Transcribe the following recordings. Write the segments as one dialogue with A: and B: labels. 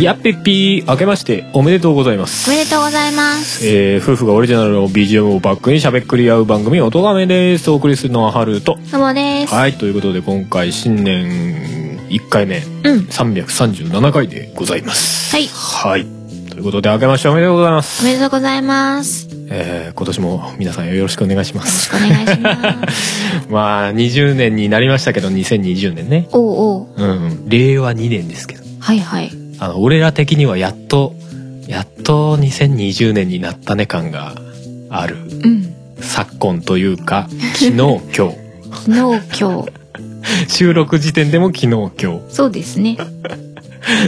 A: やっぺっぴー明けましておめでとうございます
B: おめでとうございます
A: えー夫婦がオリジナルの BGM をバックにしゃべくり合う番組「おとがめ」ですお送りするのはハルと
B: どうもです、
A: はいということで今回新年1回目
B: うん
A: 337回でございます
B: はい
A: はいということで明けましておめでとうございま
B: お
A: す、
B: めでとうございますよ
A: えー今年も皆さんよろしくお願いしま
B: ろし
A: す
B: くお願いします
A: まあ20年になりましたけど2020年ね
B: おうおう
A: うん令和2年ですけど
B: はいはい
A: あの俺ら的にはやっとやっと2020年になったね感がある
B: うん
A: 昨今というか昨日今 日
B: 昨日今日
A: 収録時点でも昨日今日
B: そうですね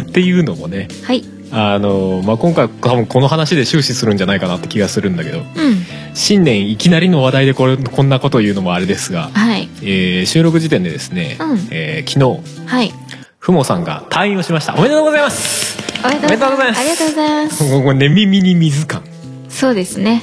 A: っていうのもね
B: はい
A: あの、まあ、今回多分この話で終始するんじゃないかなって気がするんだけど
B: うん
A: 新年いきなりの話題でこれこんなことを言うのもあれですが、
B: はい
A: えー収録時点でですね、
B: うん
A: えー昨日
B: はい
A: ふもさんが退院をしましたおめでとうございます
B: おめでとうございます
A: おめ
B: ありがとうございます
A: もうこれね耳に水感
B: そうです ね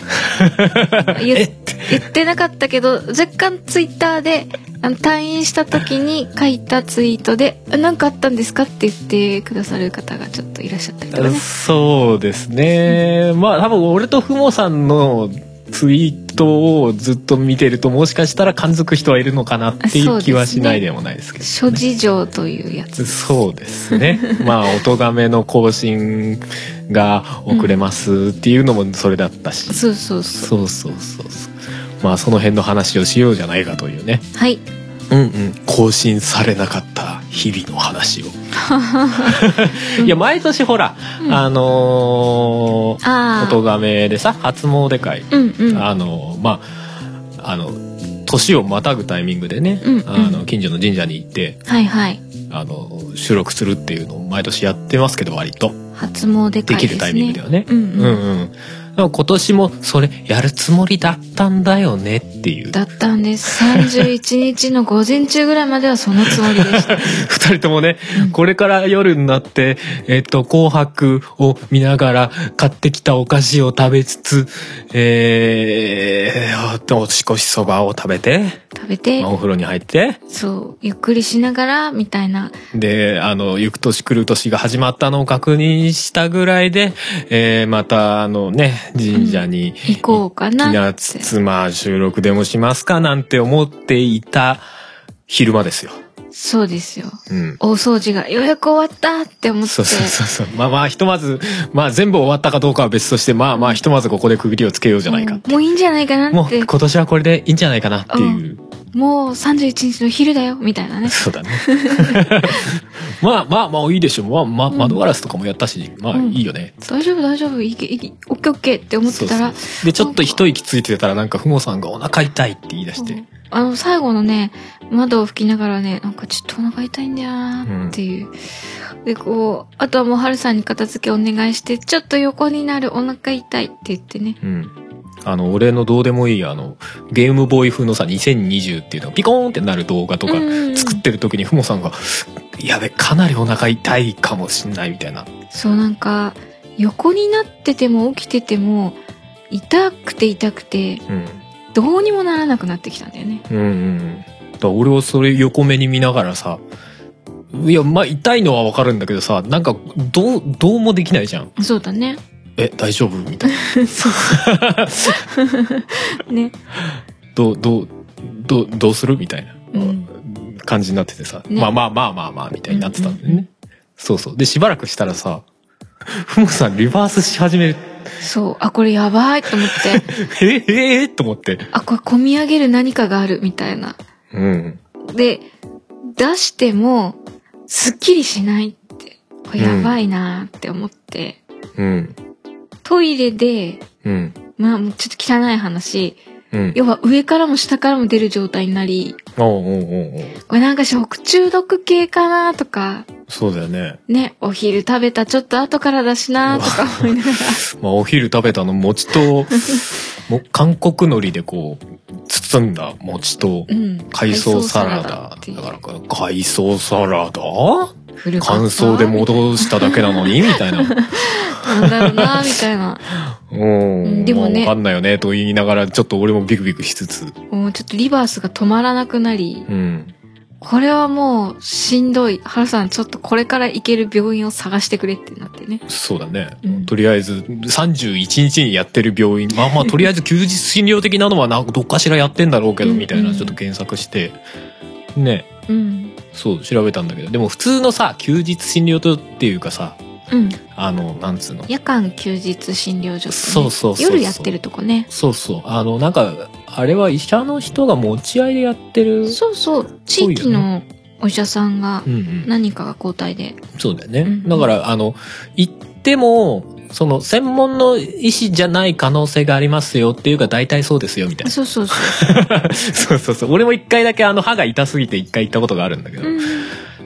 A: え
B: 言
A: っ
B: っ言ってなかったけど若干ツイッターであの退院した時に書いたツイートで「何かあったんですか?」って言ってくださる方がちょっといらっしゃったりとかね
A: そうですね、まあ多分俺とふもさんのツイートをずっと見てるともしかしたら感づく人はいるのかなっていう気はしないでもないですけど、ね
B: 諸事情というやつ
A: そうですね。まあ、音がめの更新が遅れますっていうのもそれだったし。
B: そうそ
A: そう
B: うそう
A: そうそうそう。まあ、その辺の話をしようじゃないかというね。
B: はい
A: うんうん。更新されなかった日々の 話を。いや、毎年ほら、
B: うん
A: あのー、
B: ああ
A: 音がめでさ、初詣会。
B: うんうん
A: あのー、まあ、あの、年をまたぐタイミングでね、
B: うんうん
A: あの近所の神社に行って、
B: はいはい
A: あの収録するっていうのを毎年やってますけど割と
B: 初詣会ですね
A: できるタイミングではね。
B: うん
A: うん
B: うん、
A: うんでも今年もそれやるつもりだったんだよねっていう
B: だったんです31日の午前中ぐらいまではそのつもりでした
A: 二人ともねこれから夜になって「えっと紅白」を見ながら買ってきたお菓子を食べつつえー、おしこしそばを食べて
B: 食べて
A: お風呂に入って
B: そうゆっくりしながらみたいな
A: で、あの、行く年来る年が始まったのを確認したぐらいで、えーまた、あのね、神社に、
B: 行こうか
A: き
B: な
A: な
B: って
A: つつ、まあ、収録でもしますかなんて思っていた昼間ですよ。
B: そうですよ
A: うん。
B: 大掃除がようやく終わったって思って
A: そうそうそうそう。まあまあ、ひとまず、まあ全部終わったかどうかは別として、まあまあ、ひとまずここで区切りをつけようじゃないか。
B: もういいんじゃないかな
A: も
B: っ
A: う
B: て
A: 今年はこれでいいんじゃないかなっていう。
B: もう31日の昼だよみたいなね
A: そう だね。 まあまあまあいいでしょう。まあまあ窓ガラスとかもやったし、まあいいよね。
B: 大丈夫大丈夫いけいけオッケーオッケーって思ってたら
A: そうそうでちょっと一息ついてたらなんかふもさんがお腹痛いって言い出して、
B: あの最後のね窓を拭きながらねなんかちょっとお腹痛いんだよなっていう、でこうあとはもうハルさんに片付けお願いしてちょっと横になるお腹痛いって言ってね
A: うん、あの俺のどうでもいいあのゲームボーイ風のさ2020っていうのがピコーンってなる動画とか
B: うん
A: 作ってる時にふもさんが「やべかなりお腹痛いかもしんない」みたいな
B: そうなんか横になってても起きてても痛くて痛くて
A: うん
B: どうにもならなくなってきたんだよね
A: うんうんだから俺をそれ横目に見ながらさいやまあ痛いのはわかるんだけどさなんかどうどうもできないじゃん
B: そうだね
A: 「え大丈夫?」みたいな
B: そうね
A: 「どうどうどうどうする?」みたいな。
B: うん
A: 感じになっててさ、
B: ね
A: まあまあまあまあまあみたいになってたんだよね、
B: うんうん
A: そうそうでしばらくしたらさふもさんリバースし始める
B: そうあこれやばいと思って
A: ええええと思って
B: あこれ込み上げる何かがあるみたいな
A: うん
B: で、出しても、すっきりしないって。これやばいなーって思って、
A: うん
B: トイレで、
A: うん
B: まあもうちょっと汚い話、
A: うん
B: 要は上からも下からも出る状態になり、
A: おうおうおうおう
B: これなんか食中毒系かなとか、
A: そうだよね。
B: ね、お昼食べたちょっと後からだしなとか思いながら。
A: まあ、お昼食べたの餅 と、も韓国海苔でこう、包んだ餅と
B: う、ん。
A: 海藻サラダ。だから、海藻サラダ乾燥で
B: も
A: 戻しただけなのにみたいな。
B: なんだろうな、みたいな。
A: うん。
B: でもね
A: まあわかんないよね、と言いながら、ちょっと俺もビクビクしつつ。
B: もうちょっとリバースが止まらなくなり、
A: うん。
B: これはもうしんどい。ハルさん、ちょっとこれから行ける病院を探してくれってなってね。
A: そうだね。
B: うん
A: とりあえず、31日にやってる病院。まあまあ、とり あえず休日診療的なのは、なんかどっかしらやってんだろうけど、みたい
B: うん
A: な、
B: うん
A: ちょっと検索して。ね。
B: うん。
A: そう、調べたんだけど。でも、普通のさ、休日診療所っていうかさ、
B: うん。
A: あの、なんつうの。
B: 夜間休日診療所とね
A: そうそうそうそう
B: 夜やってるとこね。
A: そうそう。あの、なんか、あれは医者の人が持ち合いでやってる。
B: そうそう。地域のお医者さんが
A: うんうん。
B: 何かが交代で。
A: そうだよ
B: うん
A: ね。
B: うん
A: だから、あの、行っても、その、専門の医師じゃない可能性がありますよっていうか、大体そうですよ、みたい
B: そうそうそ
A: な。そうそうそう。俺も一回だけ、あの、歯が痛すぎて一回行ったことがあるんだけ
B: う。
A: ど、
B: うん。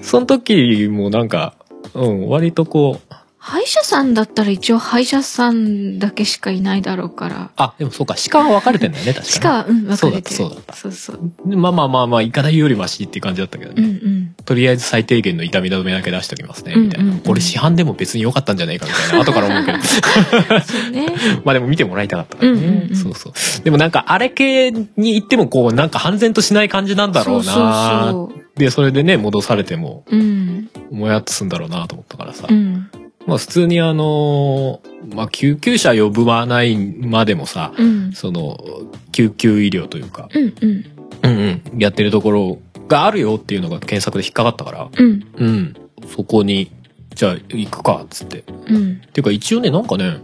A: その時もなんか、うん、割とこう、
B: 歯医者さんだったら一応歯医者さんだけしかいないだろうから。
A: あ、でもそうか、歯科は分かれてんだよね、確かに。
B: しか、うん、分かれてる。
A: そうだった
B: そうそう。
A: でまあまあまあまあ、行かないよりマシっていう感じだったけど
B: う
A: ね。
B: んうん。
A: とりあえず最低限の痛み止めだけ出しときますね、みたいな。
B: うんうんうん
A: 俺市販でも別に良かったんじゃないかみたいな、後から思うけど。
B: そうね。
A: まあでも見てもらいたかったからね。
B: うんうんうん
A: そうそう。でもなんかあれ系に行ってもこうなんか半然としない感じなんだろうな
B: そうそう
A: で、それでね、戻されても、
B: そう。うん。
A: もやっとすんだろうなと思ったからさ。
B: うん。
A: まあ普通にあのーまあ救急車呼ぶわないまでもさ、
B: うん。
A: その、救急医療というか、
B: うんうん。
A: うんうん、やってるところがあるよっていうのが検索で引っかかったから、
B: うん。
A: うん、そこに、じゃあ行くか、つって。
B: うん。
A: ていうか一応ね、なんかね、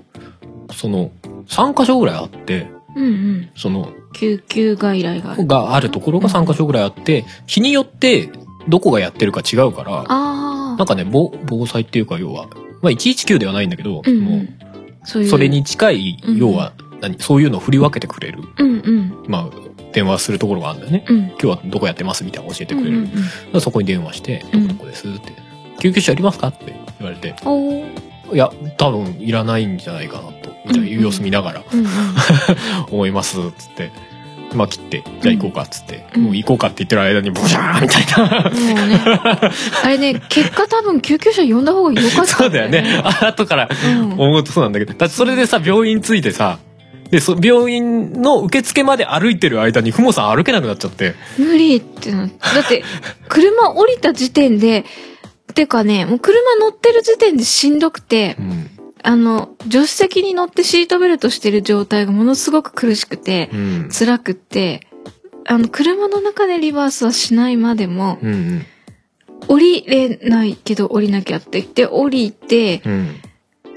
A: その、3箇所ぐらいあって、
B: うんうん。
A: その、
B: 救急外来がある。
A: があるところが3箇所ぐらいあって、日によってどこがやってるか違うから、
B: あ
A: な
B: あ
A: ん。かね、防防災っていうか要は、まあ119ではないんだけど、
B: うんう
A: も
B: ん。そう
A: う
B: いう。
A: それ。に近い、
B: うん
A: 要は何、そういうのを振り分けてくれる、
B: うんうん。
A: まあ電話するところがあるんだよね。
B: うん。
A: 今日はどこやってますみたいなの教えてくれる。
B: うんうんうん
A: だからそこに電話して、
B: う
A: ど
B: ん
A: こどこですって。救急車いりますかって言われて、
B: おー
A: いや、多分いらないんじゃないかなと、みたいな様子見ながら、
B: うんうん。
A: 思いますっつってまあ切ってじゃあ行こうかっつって、
B: うん
A: もう行こうかって言ってる間にボシャーンみたいな
B: もう ね。あれね、結果多分救急車呼んだ方が良かった。
A: そうだよね。あ後から
B: うん。
A: 思うとそうなんだけどだってそれでさ病院着いてさでそ病院の受付まで歩いてる間にふもさん歩けなくなっちゃって
B: 無理ってなって。だって、車降りた時点で、てかね、もう車乗ってる時点でしんどくて
A: う、ん
B: あの、助手席に乗ってシートベルトしてる状態がものすごく苦しくて
A: う、ん
B: 辛くって、あの、車の中でリバースはしないまでも、
A: うんうん
B: 降りれないけど降りなきゃって言って、降りて、
A: うん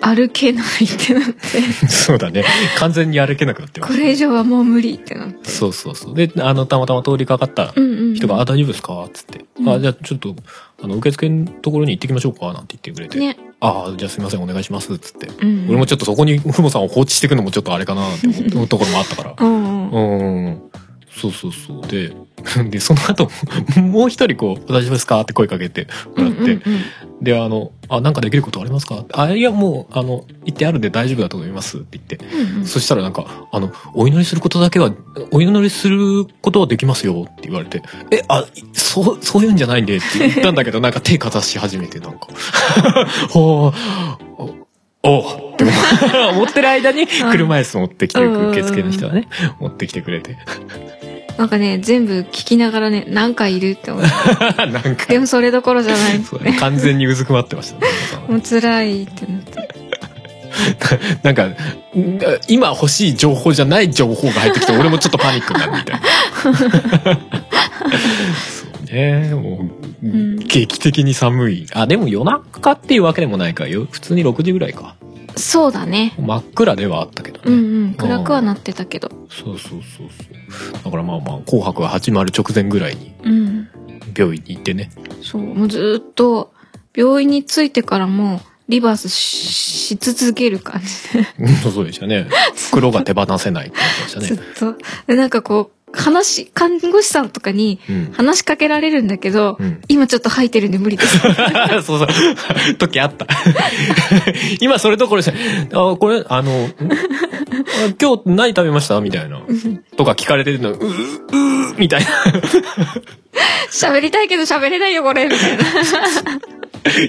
B: 歩けないってなって、
A: そうだね完全に歩けなくなってま
B: こ
A: す
B: れ以上はもう無理ってなって。
A: そうそうそうであのたまたま通りかかった
B: うんうん。
A: 人が「あ大丈夫ですか?」っつって「
B: うん
A: あじゃあちょっとあの受付のところに行ってきましょうか」なんて言ってくれて「
B: ね。
A: ああじゃあすいませんお願いします」っつって
B: うん。
A: 俺もちょっとそこにふもさんを放置していくのもちょっとあれかなって思うところもあったから。
B: うんうん。
A: うん。そうそうそう。で、 で、その後、 もう一人こう、大丈夫ですかって声かけてもらって、
B: うんうんうん
A: で、あの、あ、なんかできることありますかあ、いや、もう、あの、言ってあるんで大丈夫だと思いますって言って。
B: うんうん
A: そしたらなんか、あの、お祈りすることだけは、お祈りすることはできますよって言われて、え、あ、いそう、そういうんじゃないんでって言ったん だけど、なんか手かざし始めて、なんか、 ほう、お、おって 思思ってる間に、車椅子持ってきて、
B: うんうんうん
A: 受付の人はね、持ってきてくれて、
B: なんかね、全部聞きながらね、何かいるって 思っ
A: な
B: て。
A: んか、
B: でもそれどころじゃない。
A: そうだね完全にうずくまってましたね。
B: もう辛いってなって。
A: なんか、ん今欲しい情報じゃない情報が入ってきて、俺もちょっとパニックになるみたいな。そうね、もう、
B: ん
A: 劇的に寒い。あ、でも夜中っていうわけでもないか。よ普通に6時ぐらいか。
B: そうだね。
A: 真っ暗ではあったけどね。
B: うんうん。暗くはなってたけど。
A: そうそうそうそう。だからまあまあ、紅白が始まる直前ぐらいに
B: うん。
A: 病院に行ってね。
B: そう。もうずーっと、病院に着いてからも、リバースしし続ける感じで。
A: うんそうでしたね。袋が手放せないって言ってました
B: ずっ
A: ね。
B: と。でなんかこう、話、看護師さんとかに
A: うん。
B: 話しかけられるんだけど、
A: うん。
B: 今ちょっと吐いてるんで無 理です。
A: そうそう。時あった。 今それどころじゃあ、これ、あの、んあ今日何食べましたみたいな。とか聞かれてるの、う、う、うみたいな。
B: 喋りたいけど喋れないよ、これ、みたいな。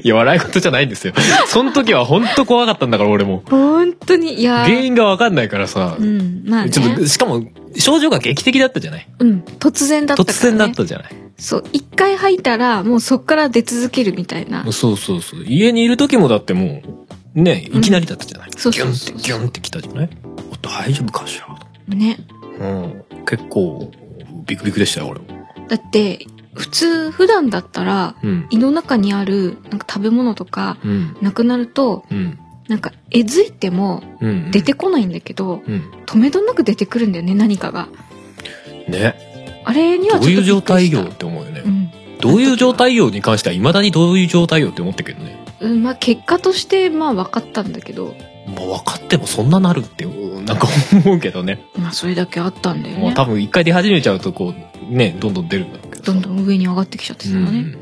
A: いや、笑い事じゃないんですよ。その時は本当怖かったんだから、俺も。
B: 本当に、いやー
A: 原因がわかんないからさ
B: う。ん、まあね。
A: ちょっと、しかも、症状が劇的だったじゃない
B: うん、突然だったから、ね。
A: 突然だったじゃない
B: そう、一回吐いたら、もうそっから出続けるみたいな。
A: そうそうそう。家にいる時もだってもう、ね、いきなりだったじゃない、
B: そうそう
A: ギ
B: そ
A: ュン
B: う
A: って、ギュンってきたじゃないお大丈夫かしら
B: ね。
A: うん。結構、ビクビクでしたよ、俺も。
B: だって、普通、普段だったら、
A: うん。
B: 胃の中にある、なんか食べ物とか、
A: うん。
B: なくなると、
A: うん。
B: なんか、えずいても
A: うん。
B: 出てこないんだけど、
A: うん。
B: 止めどなく出てくるんだよね、何かが。
A: ね。
B: あれに
A: ど
B: は
A: う
B: ち
A: い
B: ょ
A: う
B: っとび
A: 状
B: っくり
A: 態
B: した
A: よって思うよね。
B: うん。
A: どういう状態よに関しては、未だにどういう状態よって思ってるけどね。
B: うん、まあ結果として、まあ分かったんだけど、
A: まあ、分かってもそんななるって、うんなんか思うけどね。
B: まあそれだけあったんだよ
A: もう
B: ね。
A: 多分一回出始めちゃうと、こう、ね、どんどん出るんだろうけどさ。
B: どんどん上に上がってきちゃってたのね。
A: うん。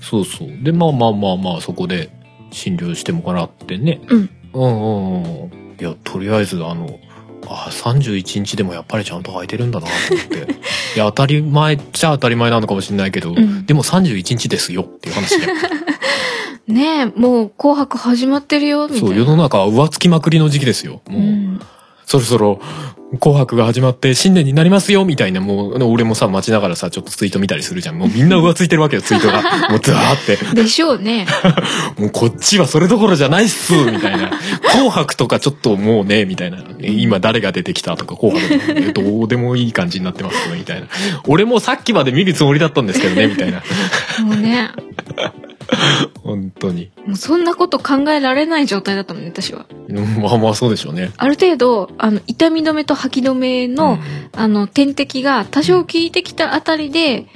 A: そうそう。で、まあまあまあまあ、そこで診療してもらってね。
B: うん。
A: うんうんうん。いや、とりあえず、あの、あ、31日でもやっぱりちゃんと空いてるんだなと思 って。いや、当たり前っちゃ当たり前なのかもしれないけど、
B: うん
A: でも31日ですよっていう話 で。
B: ねえ、もう紅白始まってるよ、みた
A: そう、
B: い
A: 世
B: な。
A: の中は浮つきまくりの時期ですよ。もう、
B: うん。
A: そろそろ、紅白が始まって新年になりますよ、みたいな、もう、俺もさ、待ちながらさ、ちょっとツイート見たりするじゃん。もうみんな浮ついてるわけよ、ツイートが。もう、ザーって。
B: でしょうね。
A: もうこっちはそれどころじゃないっすみたいな。紅白とかちょっともうね、みたいな。今誰が出てきたとか紅白とか、どうでもいい感じになってますね、みたいな。俺もさっきまで見るつもりだったんですけどね、みたいな。
B: もうね。
A: 本当に。
B: もうそんなこと考えられない状態だったもんね、私は。
A: うんまあまあそうでしょうね。
B: ある程度、あの、痛み止めと吐き止めの、あの、点滴が多少効いてきたあたりで、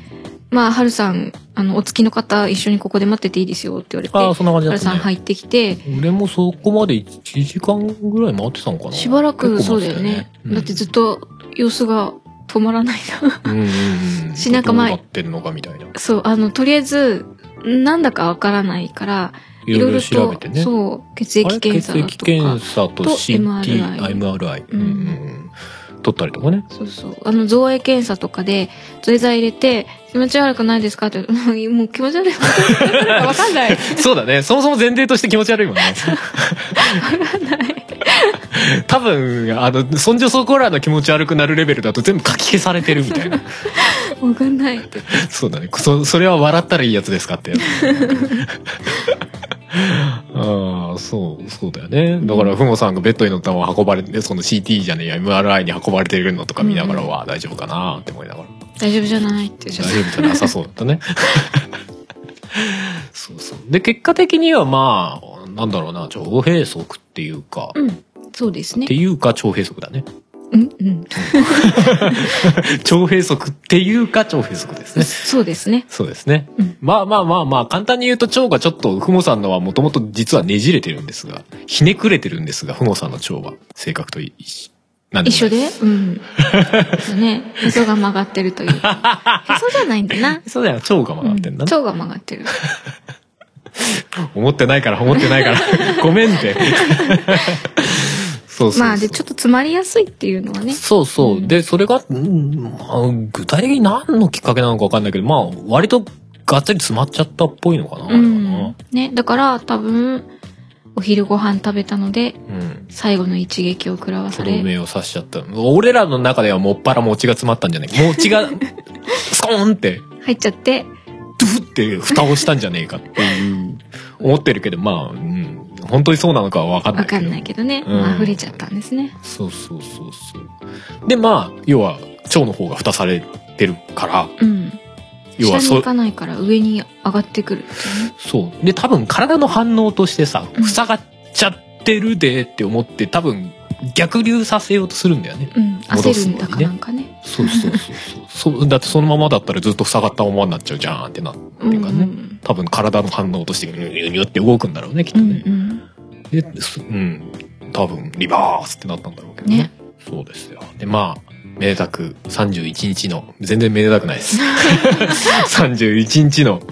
B: まあ、はるさん、あの、お付きの方、一緒にここで待ってていいですよって言われて、
A: ああ、
B: は
A: そんな感じだ
B: る
A: った
B: さん
A: ね。
B: 入ってきて、
A: 俺もそこまで1時間ぐらい待ってたのかな。
B: しばらく
A: 結
B: そ
A: 構
B: う
A: 待
B: だ
A: て
B: よ
A: た
B: ね。だってずっと様子が止まらないな。
A: うんうんうん。
B: しなんかまあ
A: どうなってんのかみたいな。
B: そう、あの、とりあえず、なんだかわからないから、
A: いろいろ調べてね。
B: そう、血
A: あれ
B: 液検査だ
A: 血液
B: と
A: 検
B: か、
A: 査と
B: と
A: CT、
B: MRI
A: MRI。
B: うん
A: うんうん。取ったりとかね。
B: そうそう、あの、造影検査とかで、造影剤入れて、気持ち悪くないですかって、 うんもう気持ち悪い。 わかんない。
A: そうだね。そもそも前提として気持ち悪いもんね。多分、あの、そんじょそこらの気持ち悪くなるレベルだと全部書き消されてるみたい な。
B: わかんないって。
A: そうだね。そ、それは笑ったらいいやつですか ってやつ。ああ、そう、そうだよね。だから、ふもさんがベッドに乗ったまま運ばれて、その CT じゃねえや、MRI に運ばれてるのとか見ながら
B: うん
A: は、大丈夫かなって思いながら。
B: 大丈夫じゃないって。
A: 大丈夫じゃなさそうだったね。 そうそう。で、結果的にはまあ、なんだろうな、腸閉塞っていうか、っ
B: うん。そうですね
A: て。いうか腸閉塞だね。
B: うん、うん。
A: 腸閉塞っていうか腸閉塞ですね。
B: そうです ね。
A: そうですね。
B: うん
A: まあまあまあまあ、簡単に言うと腸がちょっと、ふもさんのはもともと実はねじれてるんですが、ひねくれてるんですが、ふもさんの腸は性格とい一緒。なん
B: 一緒
A: もない
B: でうん。 そうね。へそが曲がってるという。へそじゃないんだな。
A: そうだよ、腸が曲がってんだな。
B: 腸が曲がってる。
A: 思ってないから、思ってない から。ごめんって。そうそうそう。
B: まあ、で、ちょっと詰まりやすいっていうのはね。
A: そうそう。
B: うん
A: で、それが、うんまあ具体的に何のきっかけなのか分かんないけど、まあ、割とがっつり詰まっちゃったっぽいのかな、あれ
B: う
A: は
B: ん
A: な。
B: ね。だから、多分、お昼ご飯食べたの
A: う
B: で、
A: ん。
B: 最後の一撃を食らわ
A: と
B: さ
A: ど
B: れ。
A: めを刺しちゃった。俺らの中ではもっぱら餅が詰まったんじゃねえか。餅が、 スコーンって、
B: 入っちゃって、
A: ドゥフって蓋をしたんじゃねえかっていう、思ってるけど、まあ、うん。本当にそうなのかは分かんない
B: わ
A: けど。
B: かんないけどね。
A: うん
B: まあ、溢れちゃったんですね。
A: そうそうそうそう。で、まあ、要は、腸の方が蓋されてるから、
B: うん。
A: 要
B: 下
A: は
B: に
A: そ
B: 行、かないから上に上がってくるっていうね。
A: そう。で、多分体の反応としてさ、
B: うん
A: 塞がっちゃってるでって思って、多分逆流させようとするんだよね。
B: うん。
A: 戻す
B: 焦
A: のに
B: るん
A: ね
B: だかなんかね。
A: そうそうそうそう。そうだってそのままだったらずっと塞がったままになっちゃうじゃーんってなって
B: うんう
A: るからね。
B: ん。
A: 多分体の反応として、ニュニュニュって動くんだろうね、きっと
B: うん
A: ね。ですうん。多分、リバースってなったんだろうけどね。
B: ね
A: そうですよ。で、まあ、めでたく31日の、全然めでたくないです。31日の
B: うん。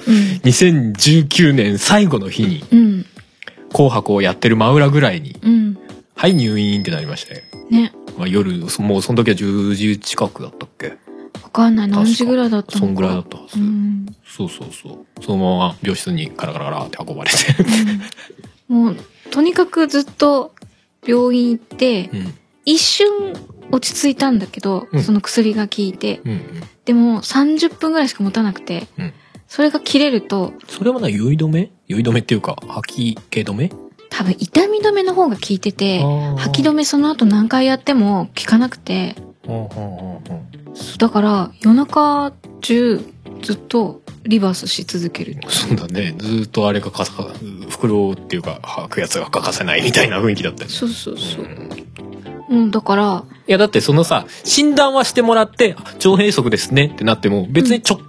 A: 2019年最後の日に
B: うん。
A: 紅白をやってる真裏ぐらいに、
B: うん。
A: はい入院ってなりまして。
B: ね。
A: まあ、夜、そもうその時は10時近くだったっけ
B: わかんない。何時ぐらいだったの
A: そ
B: か。
A: んぐらいだったはず。
B: うん。
A: そうそうそう。そのまま病室にカラカラカラって運ばれて。
B: うんもう、とにかくずっと病院行って
A: う、ん。
B: 一瞬落ち着いたんだけど、
A: うん
B: その薬が効いて、
A: うんうん。
B: でも30分ぐらいしか持たなくて、
A: うん
B: それが切れると、
A: それはな、酔い止め酔い止めっていうか、吐き気止め
B: 多分痛み止めの方が効いてて、吐き止
A: め。
B: めその後何回やっても効かなくて、
A: うんうんうんうん
B: そうだから夜中中ずっとリバースし続ける。
A: そうだね。ずーっとあれがかさか、袋っていうか、吐くやつが欠かせないみたいな雰囲気だったよね
B: そうそうそうう。
A: ん
B: うん、だから、
A: いや、だってそのさ、診断はしてもらって、あ腸閉塞ですねってなっても、別にちょ、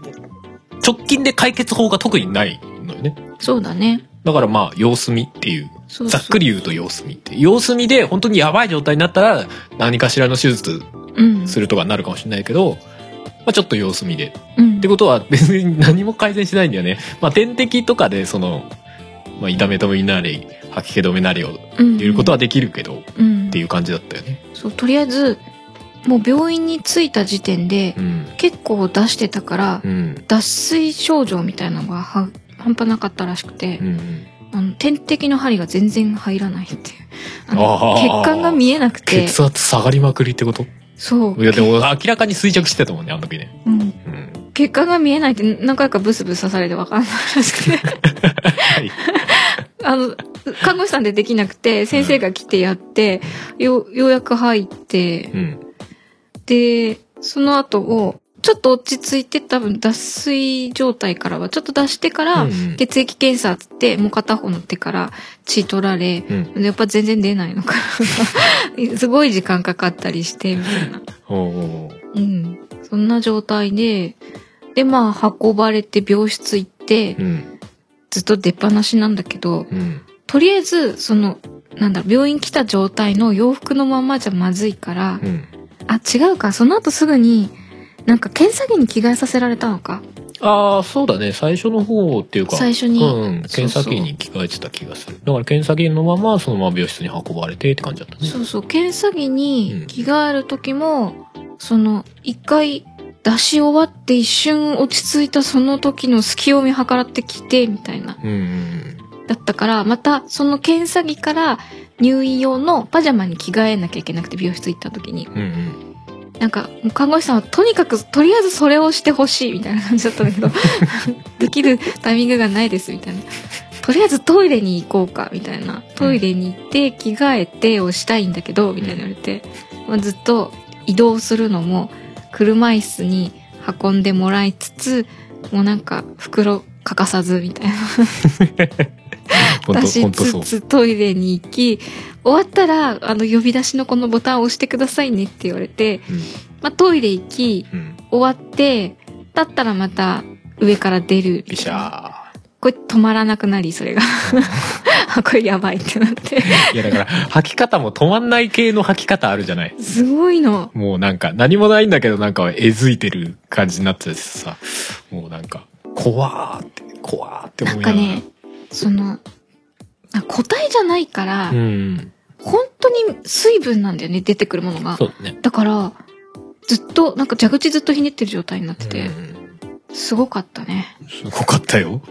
A: 直近で解決法が特にないのよね。
B: そうだね。
A: だからまあ、様子見っていう。
B: そう
A: ざ
B: そ
A: っ
B: う
A: くり言うと様子見って。様子見で本当にやばい状態になったら、何かしらの手術
B: うん。
A: するとかになるかもしれないけど、まあちょっと様子見で
B: うん
A: って。ことは別に 何も改善しないんだよね。まあ、点滴とかでその、まあ、痛め止めになり、吐き気止めなりを入れることはできるけど、っ
B: うん
A: ていう感じだったよね。
B: そう、とりあえず、もう病院に着いた時点で
A: う、ん。
B: 結構出してたから
A: う、ん。
B: 脱水症状みたいなのがは半端なかったらしくて
A: う、ん。
B: あの、点滴の針が全然入らないっていう。あの
A: あー
B: 血管が見えなくて、
A: 血圧下がりまくりってこと
B: そう、
A: いや、でも明らかに衰弱してたもんね、あの時ね。
B: うん、
A: うん。
B: 血管が見えないって何回かブスブス刺されてわかんないらしくて、
A: はい。
B: あの、看護師さんでできなくて、先生が来てやって、よう、ようやく入って、
A: うん。
B: で、その後を、ちょっと落ち着いて、多分脱水状態からは、ちょっと出してから、
A: うん
B: 血液検査っつって、もう片方の手から血取られ、
A: うん。
B: でやっぱ全然出ないのかな。 すごい時間かかったりして、みたいな。
A: おうおう
B: うん。そんな状態で、で、まあ、運ばれて病室行って
A: う、ん。
B: ずっと出っ放しなんだけど、
A: うん。
B: とりあえず、その、なんだろう、病院来た状態の洋服のままじゃまずいから
A: う、ん。
B: あ、違うか、その後すぐに、なんか検査着に着替えさせられたのか。
A: ああ、そうだね。最初の方っていうか。
B: 最初に
A: うんうん。検査機に着替えてた気がする。だから検査機のまま、そのまま病室に運ばれてって感じだったね。
B: そうそう、検査着
A: うん
B: に着替える時も、その、一回出し終わって一瞬落ち着いたその時の隙を見計らってきて、みたいな。
A: うんうん
B: だったから、またその検査着から入院用のパジャマに着替えなきゃいけなくて病室行った時に。
A: うん。うん
B: なんか、もう看護師さんはとにかく、とりあえずそれをしてほしいみたいな感じだったんだけど、できるタイミングがないですみたいな。とりあえずトイレに行こうかみたいな。トイレに行って着替えてをしたいんだけど、みたいな言われて、まあずっと移動するのも車椅子に運んでもらいつつ、もうなんか袋欠かさずみたいな。
A: ほんと、
B: 出
A: ほ
B: し
A: んとそう
B: つ。つトイレに行き、終わったら、あの、呼び出しのこのボタンを押してくださいねって言われて、まあ、トイレ行き、
A: うん。うん。
B: 終わって、だったらまた上から出る。
A: ビシャ
B: これ止まらなくなり、それ が。あ、これやばいってなって。
A: ー。いや、だから、吐き方も止まんない系の吐き方あるじゃない。
B: すごいの。
A: もうなんか、何もないんだけど、なんか、えずいてる感じになっててさ、もうなんか、怖ーって、怖ーって
B: な
A: 思
B: ん
A: いな
B: か
A: がら。
B: ね、その、あ答えじゃないから、
A: うん。
B: 本当に水分なんだよね、出てくるものが
A: そ。うだね。
B: だから、ずっと、なんか蛇口ずっとひねってる状態になってて、
A: うん
B: すごかった ね。
A: すごかったよ。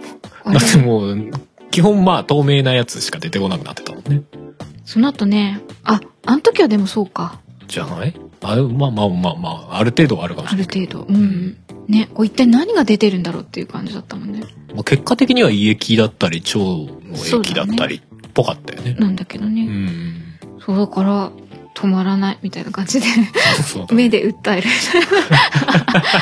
B: あ
A: だ
B: れ
A: ってもう、基本まあ透明なやつしか出てこなくなってたもんね。
B: その後ね、あ、あの時はでもそうか。
A: じゃないあまあまあまあまあ、ある程度はあるかもし
B: あ
A: れな
B: る
A: い。
B: 程度。うん。ね、これ一体何が出てるんだろうっていう感じだったもんね。
A: まあ、結果的には胃液だったり、腸の液だったり、っぽかったよね。
B: なんだけど
A: う
B: ね。
A: ん。
B: そうだから、止まらないみたいな感じで、
A: そうだね
B: 目で訴 える。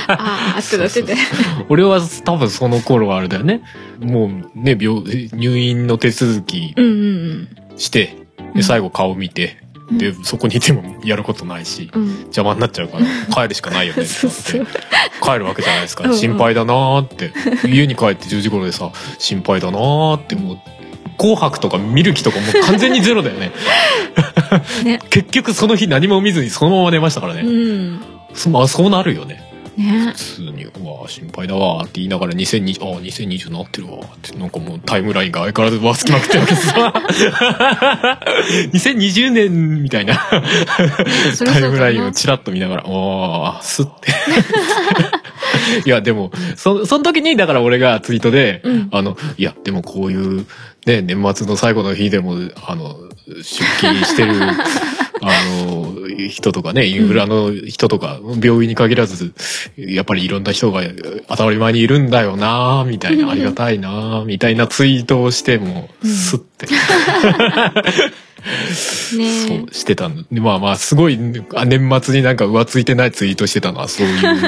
B: ああ、ってなってて。
A: 俺は多分その頃はあれだよね。もうね、病、入院の手続き
B: うんうん
A: して、
B: うん
A: で、最後顔見て、
B: うん。
A: で、そこにいてもやることないし、
B: うん。
A: 邪魔になっちゃうから、帰るしかないよねって
B: そうそ
A: な
B: う
A: って。帰るわけじゃないです
B: う
A: か
B: んうん
A: 心配だなーって家に帰って10時頃でさ心配だなーってもう「紅白」とか見る気とかもう完全にゼロ だよね
B: ね。
A: 結局その日何も見ずにそのまま寝ましたから
B: う
A: ね、
B: ん。
A: そまあそうなるよね
B: ね
A: 普通に「うわ心配だわ」って言いながら2020あ2020なってるわってなんかもうタイムラインが相変わらずわつきまくってるわけ さ2020年みたいな
B: それ
A: タ
B: は
A: イ
B: そう
A: ム
B: だ
A: ラインを
B: な
A: チラッと見ながら、おー、すって。 いや、でも、そ、その時に、だから俺がツイートで、
B: うん
A: あの、いや、でもこういう、ね、年末の最後の日でも、あの、出勤して る、あの、人とかね、インフラの人とか、病院に限らず、やっぱりいろんな人が当たり前にいるんだよなみたい
B: うん
A: な、ありがたいなみたいなツイートをしても、
B: うん
A: すって。そ
B: ね
A: うしてたの。でまあまあ、すごい、あ年末になんか浮ついてないツイートしてたのは、そういう、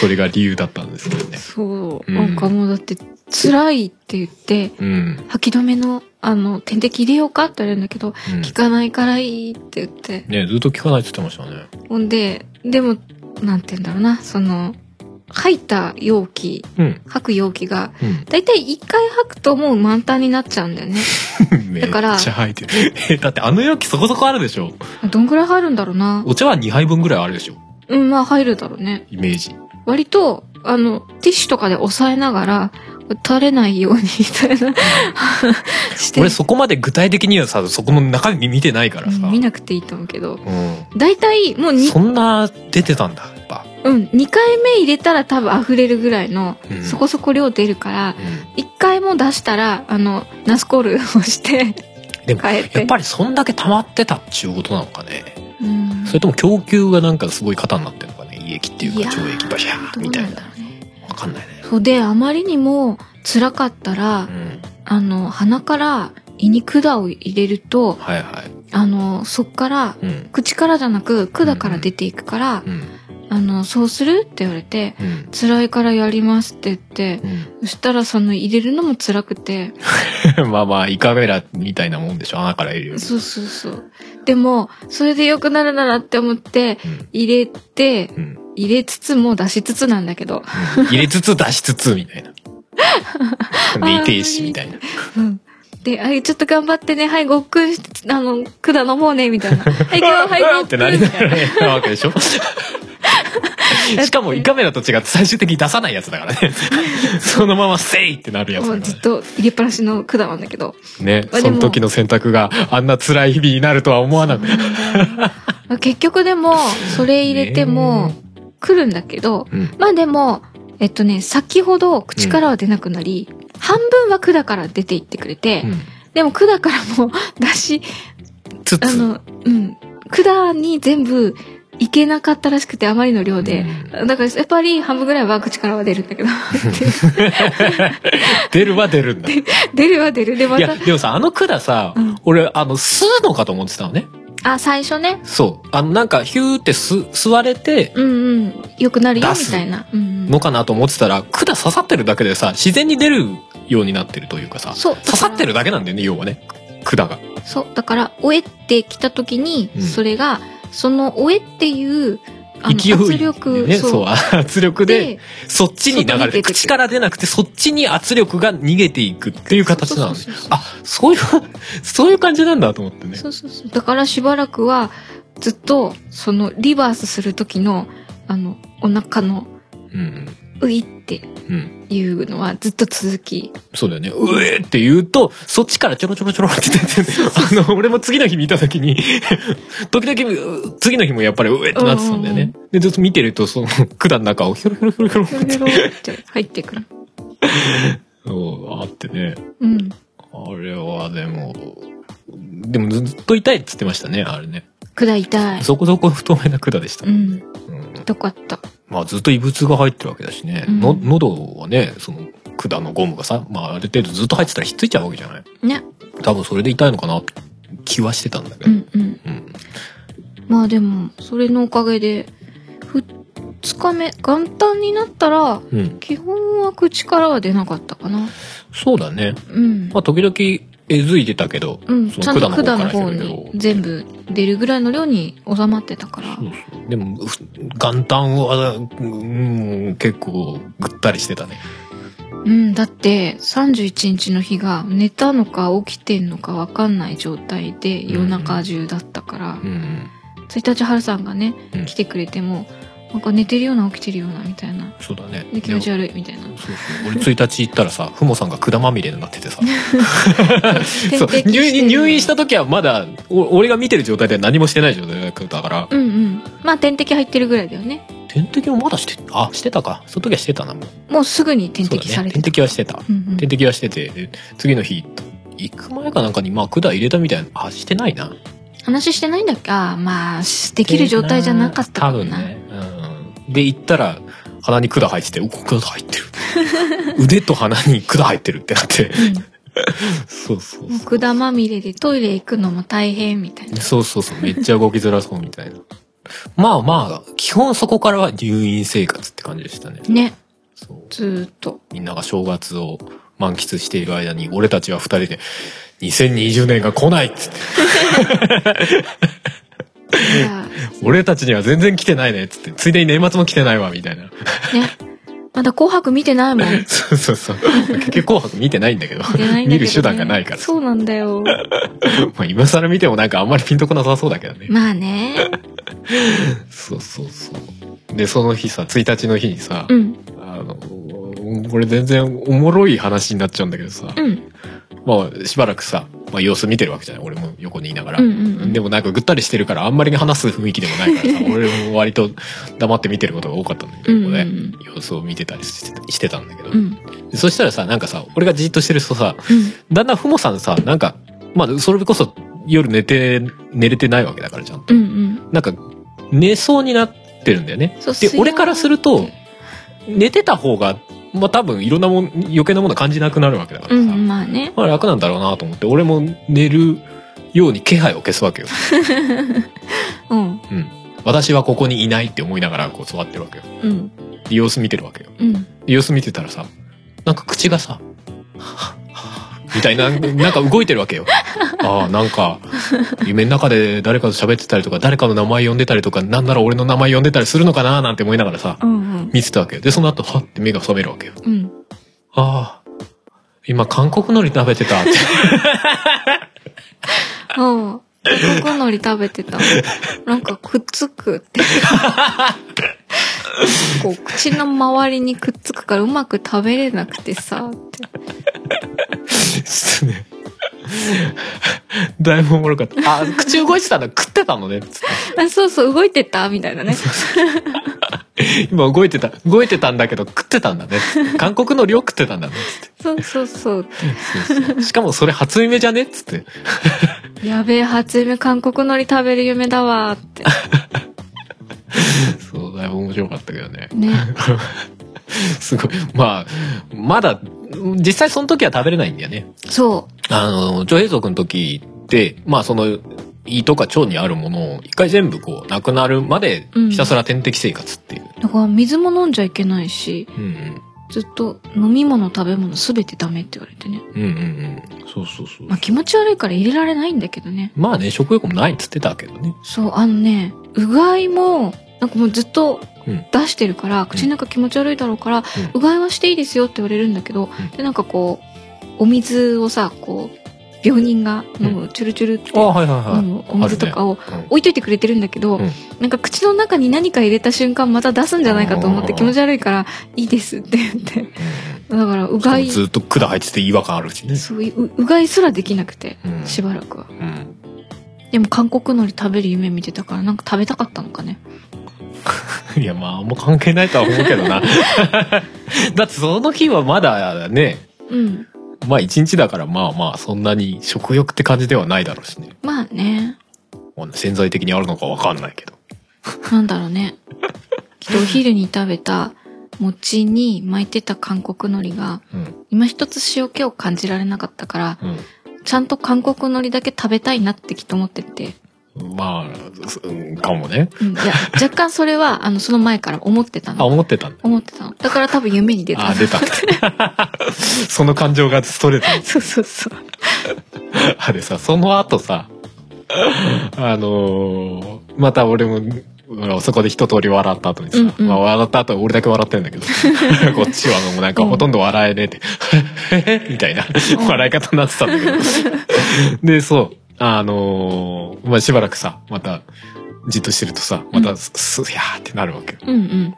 A: それが理由だったんですけどね。
B: そう
A: うん
B: なんかもうだって辛いって言って
A: うん。
B: 吐き止めのあの点滴入れようかって言われるんだけど
A: うん
B: 効かないからいいって言って
A: ねずっと聞かないって言ってましたね。
B: ほんででもなんて言うんだろうなその吐いた容器
A: うん。
B: 吐く容器が
A: うん。
B: 大体一回吐くともう満タンになっちゃうんだよね
A: めっ
B: だ
A: ち
B: から
A: ゃ入ってる。 え、だってあの容器そこそこあるでしょ。
B: どんぐらい入るんだろうな
A: お茶は2杯分ぐらいあるでしょ。
B: うんまあ入るだろうね
A: イメージ。
B: 割とあのティッシュとかで押さえながら垂れないようにみたいな して
A: 俺そこまで具体的にはさ、そこの中身見てないから
B: う
A: さ。
B: ん見なくていいと思うけど
A: う。
B: 大体もうんに
A: そんな出てたんだ、やっぱ。
B: うん、2回目入れたら多分溢れるぐらいの
A: うん
B: そこそこ量出るから、
A: うん。
B: 一回も出したらあのナスコールをして
A: でも
B: 変えて
A: やっぱりそんだけ溜まってたっちゅうことなのかね。
B: うん
A: それとも供給がなんかすごい型になってるのかね胃液っていう
B: いや
A: か
B: ー
A: 腸液バシャー
B: どう
A: みた
B: ないんだ
A: な
B: ろうね
A: わかんないね
B: そうであまりにも辛かったら、
A: うん
B: あの鼻から胃に管を入れると
A: はいはい
B: あのそっから
A: うん
B: 口からじゃなく管から出ていくから、
A: うん
B: あのそうするって言われて
A: うん
B: 辛いからやりますって言ってそしたらその入れるのも辛くて
A: うん まあまあ胃カメラみたいなもんでしょ穴から入れる
B: そうそうそう。でも、それで良くなるならって思って、
A: うん
B: 入れて、
A: うん
B: 入れつつも出しつつなんだけど。
A: 入れつつ出しつつみたい なで胃停止みたいな
B: うん。で、あ、ちょっと頑張ってね、はい、ごっくんして、あの、管飲もうね、み たいな。はい、今日、はい、ご
A: っ
B: っく
A: て
B: ん。
A: なり
B: み
A: な
B: た
A: が
B: い
A: らやるわけでし ょしかも胃カメラと違って最終的に出さないやつだから ねそのまま「せい!」ってなるや
B: な
A: つ
B: も
A: だ
B: う
A: か
B: ず
A: ら
B: っと入れっぱなしの管なんだけど。
A: ねね
B: まあで
A: そ
B: も
A: の時の選択があんな辛い日々になるとは思わなく
B: 結局でも、それ入れても
A: ね、
B: 来るんだけど、
A: うん
B: まあでも、えっとね、先ほど口からは出なくなり、半分は管から出ていってくれて、
A: うん
B: でも管からも 出し、
A: つ
B: あの、うん。管に全部いけなかったらしくて、あまりの量で。だから、やっぱり半分ぐらいは口からは出るんだけど。
A: 出るは出るんだ。い
B: 出るは出る。で、ま
A: や、
B: た、
A: でもさ、あの管さ、
B: うん
A: 俺、あの、吸うのかと思ってたのね。
B: あ、最初ね。
A: そう。あの、なんか、ヒューって吸、吸われて、
B: うんうん。よくなるよ、
A: 出
B: み
A: す
B: たいな。うんうん。
A: のかなと思ってたら、管刺さってるだけでさ、自然に出るようになってるというかさ、
B: そう。
A: 刺さって
B: る
A: るだけなんだよね、要はね。管が。
B: そう。だから、おえってきた時に、
A: うん
B: それが、その、おえっていう、あの
A: 勢い
B: 圧力、
A: ね、そう
B: そう。
A: 圧力で、
B: で、
A: そっちに流
B: 外
A: れ
B: に出て
A: て、
B: くる
A: 口から出なくて、そっちに圧力が逃げていくっていう形なのね
B: そうそうそうそう。
A: あ、そういう、そう いう感じなんだと思ってね。
B: そうそうそう。だからしばらくは、ずっと、その、リバースする時の、あの、お腹の、
A: うん。
B: ういって
A: うん。
B: いうのはずっと続き。
A: そうだよね。うえーって言うと、そっちからちょろちょろちょろって出てる、あの、俺も次の日見た時に、時々、う次の日もやっぱりうえーってなってたんだよね。で、ずっと見てると、その、管の中をひょろひょろひょろひょろ
B: ヒョロ ヒョロって入ってくる。
A: うんあってね。
B: うん。
A: あれはでも、でもずっと痛いっつってましたね、あれね。
B: 管痛い。
A: そこそこ太めな管でした。
B: う
A: うん
B: ん。痛かった。
A: まあずっと異物が入ってるわけだしね。
B: うん
A: の、喉はね、その、管のゴムがさ、まあある程度ずっと入ってたらひっついちゃうわけじゃない
B: ね。
A: 多分それで痛いのかな、気はしてたんだけ
B: う
A: ど。
B: んうん。
A: うん
B: まあでも、それのおかげで、二日目、元旦になったら、
A: うん、
B: 基本は口からは出なかったかな。
A: そうだね。
B: うん
A: ま。あ、時々えずいてたけど、
B: うん、
A: そ
B: ちゃんと
A: 管
B: 管の
A: の方
B: 方
A: から
B: に全部出るぐらいの量に収まってたから。
A: そうそうでも、ふ元旦は、うん、結構ぐったりしてたね。
B: うん、だって31日の日が寝たのか起きてんのかわかんない状態で夜中中だったから、
A: うん。
B: 1日春さんがね、
A: うん
B: 来てくれても、なんか寝てるような起きてるようなみたいな
A: そうだね
B: で気持ち悪いみたいな
A: そうそう俺1日行ったらさ ふもさんが管まみれになってて さ
B: 点
A: そう
B: 滴してる
A: 入院入院した時はまだお俺が見てる状態で何もしてない状態だから
B: うんうんまあ点滴入ってるぐらいだよね
A: 点滴もまだしてあしてたかその時はしてたなもう
B: もうすぐに点
A: そう
B: 滴
A: だ
B: さ
A: ね
B: れて
A: 点滴はしてた
B: うんうん
A: 点滴はしててで次の日行く前かなんかにまあ管入れたみたいなあしてないな
B: 話してないんだっけああまあしできる状態じゃなかったか
A: 多
B: も
A: 分
B: な、
A: ね、うん、で行ったら鼻に管入ってて「お管入 ってる」腕と鼻に管入ってるってなってそうそう
B: うん、もう
A: そう
B: 管まみれでトイレ行くのも大変みたいな
A: そうそうそうめっちゃ動きづらそうみたいなまあまあ基本そこからは入院生活って感じでしたね
B: ね
A: そう
B: ずーっ と
A: みんなが正月を満喫している間に俺たちは二人で「2020年が来ない」っつって
B: いや
A: 「俺たちには全然来てないね」っつって「ついでに年末も来てないわ」みたいな
B: ねまだ「紅白」見てないもん
A: そうそうそう結局「紅白」見てないんだけど
B: 見てないんだけどね
A: 見る手段がないから
B: そうなんだよ
A: まあ今更見てもなんかあんまりピンとこなさそうだけどね。
B: まあね
A: そうそうそう。で、その日さ、1日の日にさ、
B: うん
A: あの、これ全然おもろい話になっちゃうんだけどさ、
B: うん
A: まあしばらくさ、まあ様子見てるわけじゃない俺も横にいながら。
B: うんうんうん
A: でもなんかぐったりしてるからあんまり話す雰囲気でもない からさ、俺も割と黙って見てることが多かったんだけど、ここで
B: うんうん
A: 様子を見てたりしてしてたんだけど、
B: うんうん
A: でそしたらさ、なんかさ、俺がじっとしてるとさ、だんだんふもさんさ、なんか、まあ、それこそ夜寝て、寝れてないわけだからじゃん。
B: うんうん
A: なんか、寝そうになってるんだよね
B: そう。
A: で
B: す、よ
A: 俺からすると、寝てた方が、まあ多分いろんなもん、余計なもの感じなくなるわけだか
B: う
A: らさ。
B: んまあね
A: まあ楽なんだろうなと思って、俺も寝るように気配を消すわけよ。
B: うん
A: うん。私はここにいないって思いながらこう座ってるわけよ。
B: うん
A: で様子見てるわけよ。
B: うん
A: で様子見てたらさ、なんか口がさ、 はぁはぁみたいな、なんか動いてるわけよ。ああ、なんか、夢の中で誰かと喋ってたりとか、誰かの名前呼んでたりとか、なんなら俺の名前呼んでたりするのかななんて思いながらさ、
B: うんうん
A: 見てたわけよ。で、その後、はって目が覚めるわけよ。
B: うん
A: ああ、今、韓国海苔食べてたって。
B: うん韓国海苔食べてたなんかくっつくってこう口の周りにくっつくからうまく食べれなくてさって
A: ちょっとね。 だいぶおもろかった。あ、口動いてたんだ。食ってたのね。つって
B: あそうそう動いてたみたいなね
A: 今動いてた。動いてたんだけど食ってたんだね。つって韓国海苔を食ってたんだね。つって
B: そうそうそ
A: そ
B: う
A: うそう しかもそれ初夢じゃねっつって。
B: やべえ初夢韓国海苔食べる夢だわーって
A: そう、だいぶ面白かったけどね。
B: ね
A: すごい。まあ、まだ、実際その時は食べれないんだよね。
B: そ
A: あの、上平族の時って、まあその、胃とか腸にあるものを一回全部こう、なくなるまで
B: うん、
A: ひたすら点滴生活っていう。
B: うだから水も飲んじゃいけないし
A: うんうん。
B: ずっと飲み物食べ物全てダメって言われてね
A: うんうんうん。そうそうそう
B: まあ。気持ち悪いから入れられないんだけどね
A: まあね、食欲もないっつってたけどね。
B: そうあのねうがいもなんかもうずっと
A: うん
B: 出してるから、口の中気持ち悪いだろうから、うがいはしていいですよって言われるんだけど、
A: うん
B: でなんかこうお水をさこう病人が飲む、チュルチュルって
A: あはいはいはい。
B: 飲むお水とかを、
A: うん
B: 置いといてくれてるんだけど、
A: うん
B: なんか口の中に何か入れた瞬間また出すんじゃないかと思って
A: あー
B: 気持ち悪いからいいですって言って。だからうが
A: うん
B: い、
A: ずっと管入ってて違和感あるしね。
B: そういう、うがいすらできなくて、
A: うん
B: しばらくは。
A: うん。
B: でも韓国海苔食べる夢見てたからなんか食べたかったのかね。
A: いや、まあ、あんま関係ないとは思うけ どな。だってその日はまだね、
B: うん。
A: まあ一日だからまあまあそんなに食欲って感じではないだろうしね。
B: まあね、
A: まあ潜在的にあるのかわかんないけど。
B: なんだろうね。きっとお昼に食べた餅に巻いてた韓国海苔が
A: うん。
B: 今一つ塩気を感じられなかったから、
A: う
B: ちゃんと韓国海苔だけ食べたいなってきっと思ってて。
A: ん。まあ、そうんかもね。
B: うん、いや、若干それは、あの、その前から思ってた
A: あ、
B: の。
A: 思ってたんだ。
B: 思ってたの。だから多分夢に出た。
A: あ、出 た。その感情がストレートに
B: そうそうそう。
A: あれさ、その後さ、あのーまた俺も、うんそこで一通り笑った後にさ、
B: うんうん
A: まあ、笑った後は俺だけ笑ってんだ けど、こっちはもうなんかほとんど笑えねえって、 みたいな笑い方になってたん だけど。で、そう、あのーまあ、しばらくさ、また、じっとしてるとさ、
B: う
A: ま
B: ん
A: たす、すやーってなるわけよ。
B: うん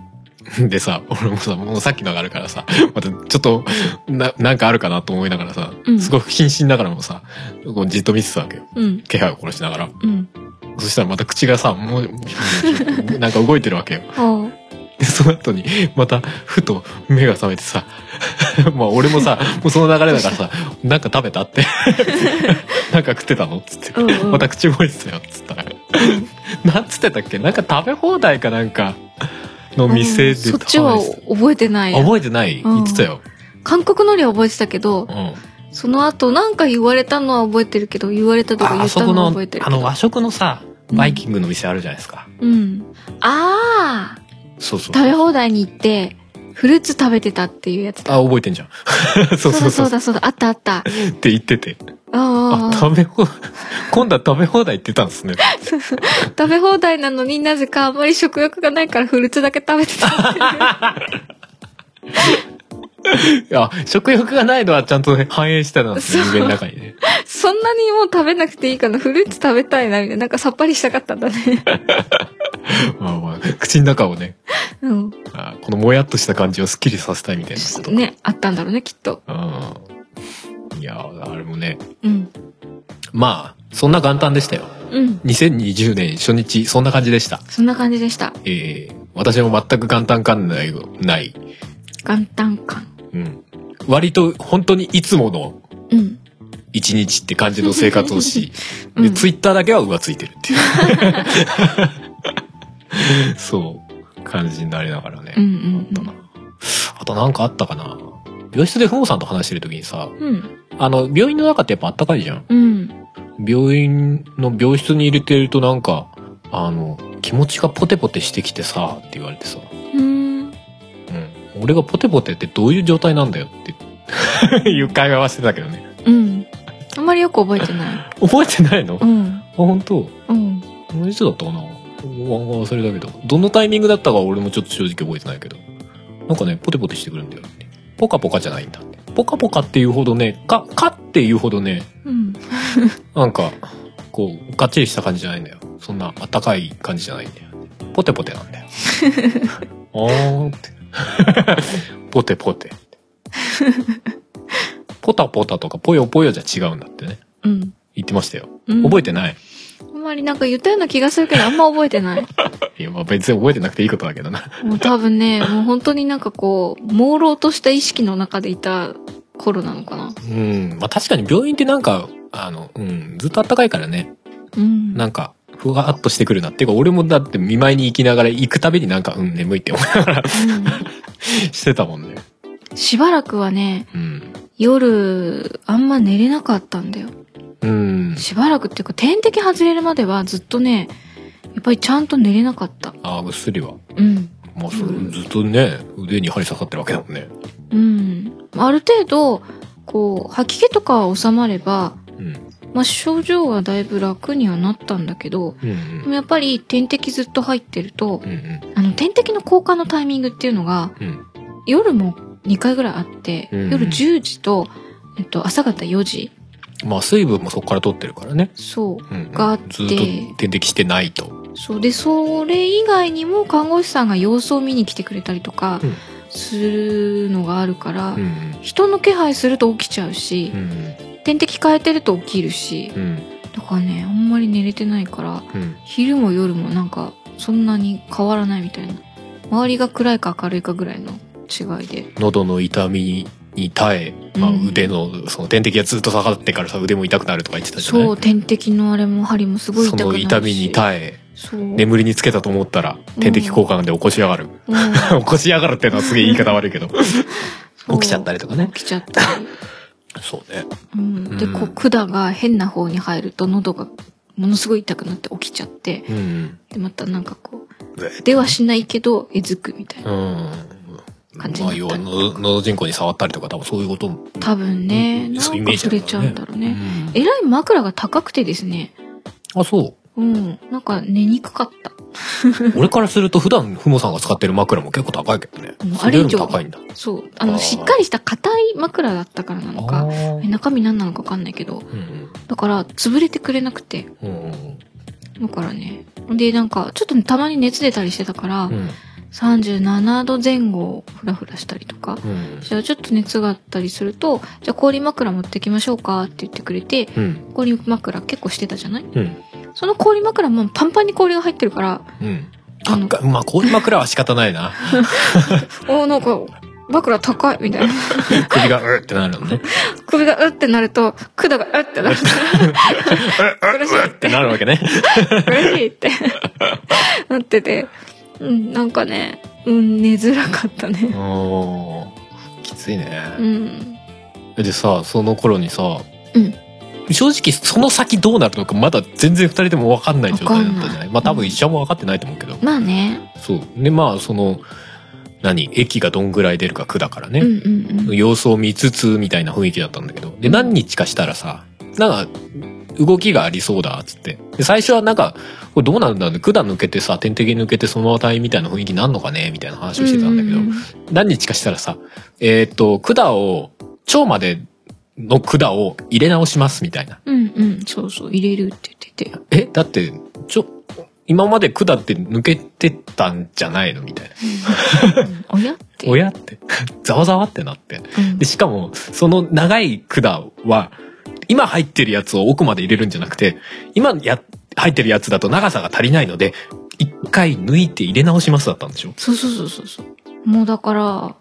B: うん。
A: でさ、俺もさ、もうさっきのがあるからさ、またちょっと、な、なんかあるかなと思いながらさ
B: う、ん
A: すごく謹慎ながらもさ、こうじっと見てたわけよ。
B: うん
A: 気配を殺しながら。
B: うん。
A: そしたらまた口がさ、もう、 なんか動いてるわけよ。
B: お う。
A: で、その後に、また、ふと目が覚めてさ、 まあ俺もさ、もうその流れだからさ、なんか食べたって。 なんか食ってたのつって。
B: うんうん
A: また口動いてたよ、つったら。 なんつってたっけなんか食べ放題かなんか、の店で
B: うんそっちは
A: 食べて
B: 覚えてな
A: た
B: い。
A: 覚えてない
B: うん
A: 言ってたよ。
B: 韓国のりは覚えてたけど
A: う、ん。
B: その後なんか言われたのは覚えてるけど、言われたとか
A: あ、
B: 言
A: あ
B: っ
A: そ
B: た
A: こ
B: のは
A: の
B: 覚えて、る
A: あ
B: けど。
A: の和食のさ、
B: うん
A: バイキングの店あるじゃないですか。
B: うん。ああ
A: そうそう。
B: 食べ放題に行って、フルーツ食べてたっていうやつだ。
A: あ、覚えてんじゃん。そうそうそ
B: だ そうう。だそうだ、あったあった。
A: って言ってて。あ
B: あ、あ
A: 食べ放題、今度は食べ放題って言ってたんですね。
B: そうそう 食べ放題なのになぜかあんまり食欲がないからフルーツだけ食べて たっていう。
A: いや、食欲がないのはちゃんとね反映してたんですね、
B: そう
A: 人間の中にね。
B: そんなにもう食べなくていいかな、フルーツ食べたいな、みたいな。なんかさっぱりしたかったんだ ね。
A: まあまあ、口の中をね、
B: うん。
A: あこのもやっとした感じをスッキリさせたいみたいなことか。
B: ね、あったんだろうね、きっと。
A: うん。いや、あれもね、
B: うん。
A: まあ、そんな元旦でしたよ。
B: うん。
A: 2020年初日、そんな感じでした。
B: そんな感じでした。
A: えー、私も全く元旦感ない、ない。
B: 元旦感。
A: うん。割と本当にいつもの
B: うん。
A: 一日って感じの生活をし、
B: うん
A: で、ツイッターだけは浮ついてるっていう。 そう、感じになりながらね。
B: うん
A: あっ
B: う
A: た
B: ん
A: な。あとなんかあったかな病室でふもさんと話してる時にさ、
B: うん。うん。
A: あの、病院の中ってやっぱあったかいじゃん。
B: うん。
A: 病院の病室に入れてるとなんか、あの、気持ちがポテポテしてきてさ、って言われてさ、
B: うん。
A: うん。俺がポテポテってどういう状態なんだよって、 いう会話はしてたけどね。
B: うん。あんまりよく覚えてない。
A: 覚えてないの、
B: う
A: あ、
B: ん。
A: 本当
B: うん。
A: この人だったかな忘れたけど。どのタイミングだったかは俺もちょっと正直覚えてないけど。なんかね、ポテポテしてくるんだよって。ポカポカじゃないんだって。ポカポカっていうほどね、か、かっていうほどね、
B: うん。
A: なんか、こう、がっちりした感じじゃないんだよ。そんな、あったかい感じじゃないんだよ。ポテポテ なんだよ。あーって。ポテポテ。ポタポタとかぽよぽよじゃ違うんだってね。
B: うん。
A: 言ってましたよ。
B: うん
A: 覚えてない。
B: あんまりなんか言ったような気がするけど、あんま覚え てない。
A: いや、まあ別に覚えてなくていいことだけどな。
B: もう多分ね、もう本当になんかこう、朦朧とした意識の中でいた頃なのかな。
A: うん。まあ確かに病院ってなんか、あの、うん、ずっと暖かいからね。
B: うん。
A: なんか、ふわっとしてくるな。っていうか、俺もだって見舞いに行きながら行くたびになんか、うん、眠いって思いながらしてたもんね。
B: うんしばらくはね、
A: うん。
B: 夜、あんま寝れなかったんだよ。
A: うん。
B: しばらくっていうか、点滴外れるまではずっとね、やっぱりちゃんと寝れなかった。
A: ああ、ぐっすりは。
B: うん。
A: まあ、そ
B: うん
A: ずっとね、腕に針刺さってるわけだもんね。
B: うん。ある程度、こう、吐き気とかは収まれば、
A: うん。
B: まあ、症状はだいぶ楽にはなったんだけど、
A: うんう
B: で
A: ん。
B: もやっぱり点滴ずっと入ってると
A: う、ん
B: あの、点滴の交換のタイミングっていうのが、
A: うん。うん。
B: 夜も2回ぐらいあって、
A: うん
B: 夜10時と、えっと、朝方4時。
A: まあ、水分もそこから取ってるからね。
B: そう。
A: うん。
B: があって
A: ずっと点滴してないと。
B: そうでそれ以外にも看護師さんが様子を見に来てくれたりとか
A: うん
B: するのがあるから、
A: うん。
B: 人の気配すると起きちゃうし
A: う、ん。
B: 点滴変えてると起きるし
A: うん。
B: だからねあんまり寝れてないから
A: うん。
B: 昼も夜もなんかそんなに変わらないみたいな周りが暗いか明るいかぐらいの違いで
A: 喉の痛みに耐え、まあ、
B: うん
A: 腕の、その点滴がずっと下がってからさ、腕も痛くなるとか言ってたじゃない
B: そう点滴のあれも針もすごい痛
A: そ
B: くな
A: の
B: るし
A: 痛みに耐え、
B: そう、
A: 眠りにつけたと思ったら、点滴交換で起こしやがる。
B: うん
A: 起こしやがるっていうのはすげえ言い方悪いけど。
B: そ う
A: 起きちゃったりとかね
B: 起きちゃったり
A: そうね。
B: うん、で、
A: うん
B: こう、管が変な方に入ると喉がものすごい痛くなって起きちゃって、
A: うん。
B: で、またなんかこう、ではしないけど、えずくみたいな。
A: うん。
B: 感じ
A: ま
B: に
A: あ、要
B: なった
A: は、
B: りとか
A: の喉人工に触ったりとか、多分そういうことも。
B: 多分ね、
A: うん
B: なん
A: そういうイメー
B: か
A: ジだろ
B: 触
A: うね
B: れちゃうんだろう
A: う
B: ね。
A: ん
B: えらい枕が高くてですね、
A: あ、そう。
B: うん、なんか寝にくかった。
A: 俺からすると、普段、ふもさんが使ってる枕も結構高いけどね
B: うん。
A: それよりも高いんだ。
B: そう、あ
A: あー
B: の、しっかりした硬い枕だったからなの
A: あ
B: か、
A: ー
B: え中身何なのかわかんないけど、
A: うん
B: だから、潰れてくれなくて、
A: うん。うんうん
B: だからね。で、なんか、ちょっとたまに熱出たりしてたから、
A: うん。
B: 37度前後をフラフラしたりとか。
A: うん。
B: じゃあちょっと熱があったりすると、じゃあ氷枕持ってきましょうかって言ってくれて、
A: うん。
B: 氷枕結構してたじゃない
A: うん。
B: その氷枕もパンパンに氷が入ってるから、
A: うん。
B: あの
A: 高いまあ、氷枕は仕方ないな。
B: おーなんか、枕高いみたいな。
A: 首がうってなるのね。
B: 首がうってなると、管がうって なる。 苦しいっ
A: ってて、なるわけね。
B: 苦しいって。なってて。うん、なんかね、うん、寝づらかったね。
A: おーきついね。
B: うん。
A: でさ、その頃にさ、
B: うん
A: 正直その先どうなるのかまだ全然二人とも分かんない状態だったじゃ
B: わかん
A: な
B: ないい
A: まあ多分医者も分かってないと思うけど。
B: まあね。
A: そう。で、まあその、何液がどんぐらい出るか区だから
B: う
A: ね。
B: んうん
A: 様子を見つつみたいな雰囲気だったんだけど。で、
B: うん
A: 何日かしたらさ、なんか、動きがありそうだ、つって。で、最初はなんか、これどうなるんだろうね。管抜けてさ、点滴抜けてそのまま退院みたいな雰囲気なんのかねみたいな話
B: う
A: を
B: ん。
A: してたんだけど。
B: うう
A: 何日かしたらさ、えーっと、管を、腸までの管を入れ直します、みたいな。
B: うんうん。そうそう、入れるって言ってて。
A: え、だって、ちょ、今まで管って抜けてたんじゃないのみたいな。
B: うんおやって。
A: 親って、 ざわざわってなって。
B: うん
A: で、しかも、その長い管は、今入ってるやつを奥まで入れるんじゃなくて、今や、入ってるやつだと長さが足りないので、一回抜いて入れ直しますだったんでしょ
B: そうそうそうそうそう。もうだから、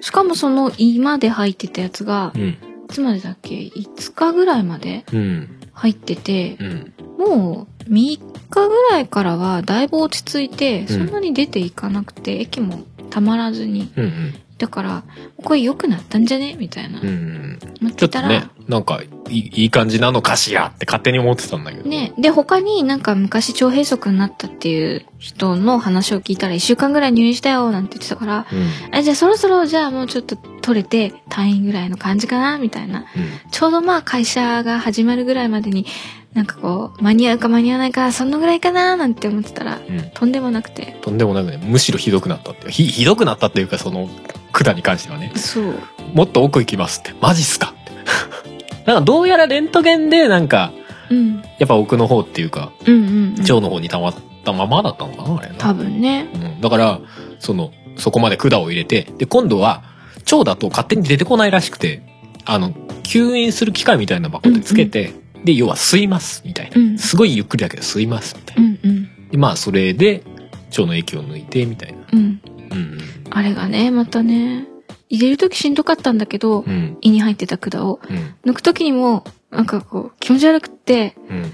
B: しかもその胃まで入ってたやつが、
A: うん。
B: いつまでだっけ ?5 日ぐらいまで
A: うん。
B: 入ってて、
A: うん。
B: もう3日ぐらいからはだいぶ落ち着いて、そんなに出ていかなくて、液もたまらずに。
A: うん。うん
B: だから、これ良くなったんじゃねみたいな
A: う。ん。ちょ
B: 思って
A: っと
B: たら、
A: ね、なんかいい、いい感じなのかしらって勝手に思ってたんだけど。
B: ね、で、他になんか昔腸閉塞になったっていう人の話を聞いたら1週間ぐらい入院したよなんて言ってたから、
A: うん。うん。
B: あじゃあそろそろじゃあもうちょっと取れて退院ぐらいの感じかなみたいな。ちょうどまあ会社が始まるぐらいまでになんかこう間に合うか間に合わないかそのぐらいかななんて思ってたら
A: うん。
B: とんでもなくて。
A: とんでもなくね、むしろひどくなったって。ひ、ひどくなったっていうか、その、管に関してはね。
B: そう。
A: もっと奥行きますって。マジっすかって。 なんかどうやらレントゲンでなんか、
B: うん。
A: やっぱ奥の方っていうか、
B: うんうん、うん。
A: 腸の方に溜まったままだったのかなあれな
B: 多分ね。
A: うん。だから、その、そこまで管を入れて、で、今度は、腸だと勝手に出てこないらしくて、あの、吸引する機械みたいな箱でつけて、で、要は吸います、みたいな。
B: うん
A: すごいゆっくりだけど吸います、みたいうな。
B: んうん。
A: でまあ、それで、腸の液を抜いて、みたいな。
B: うん。
A: うん。
B: あれがね、またね。入れるときしんどかったんだけど、
A: うん。
B: 胃に入ってた管を
A: うん。
B: 抜くときにもなんかこう気持ち悪くって
A: うん。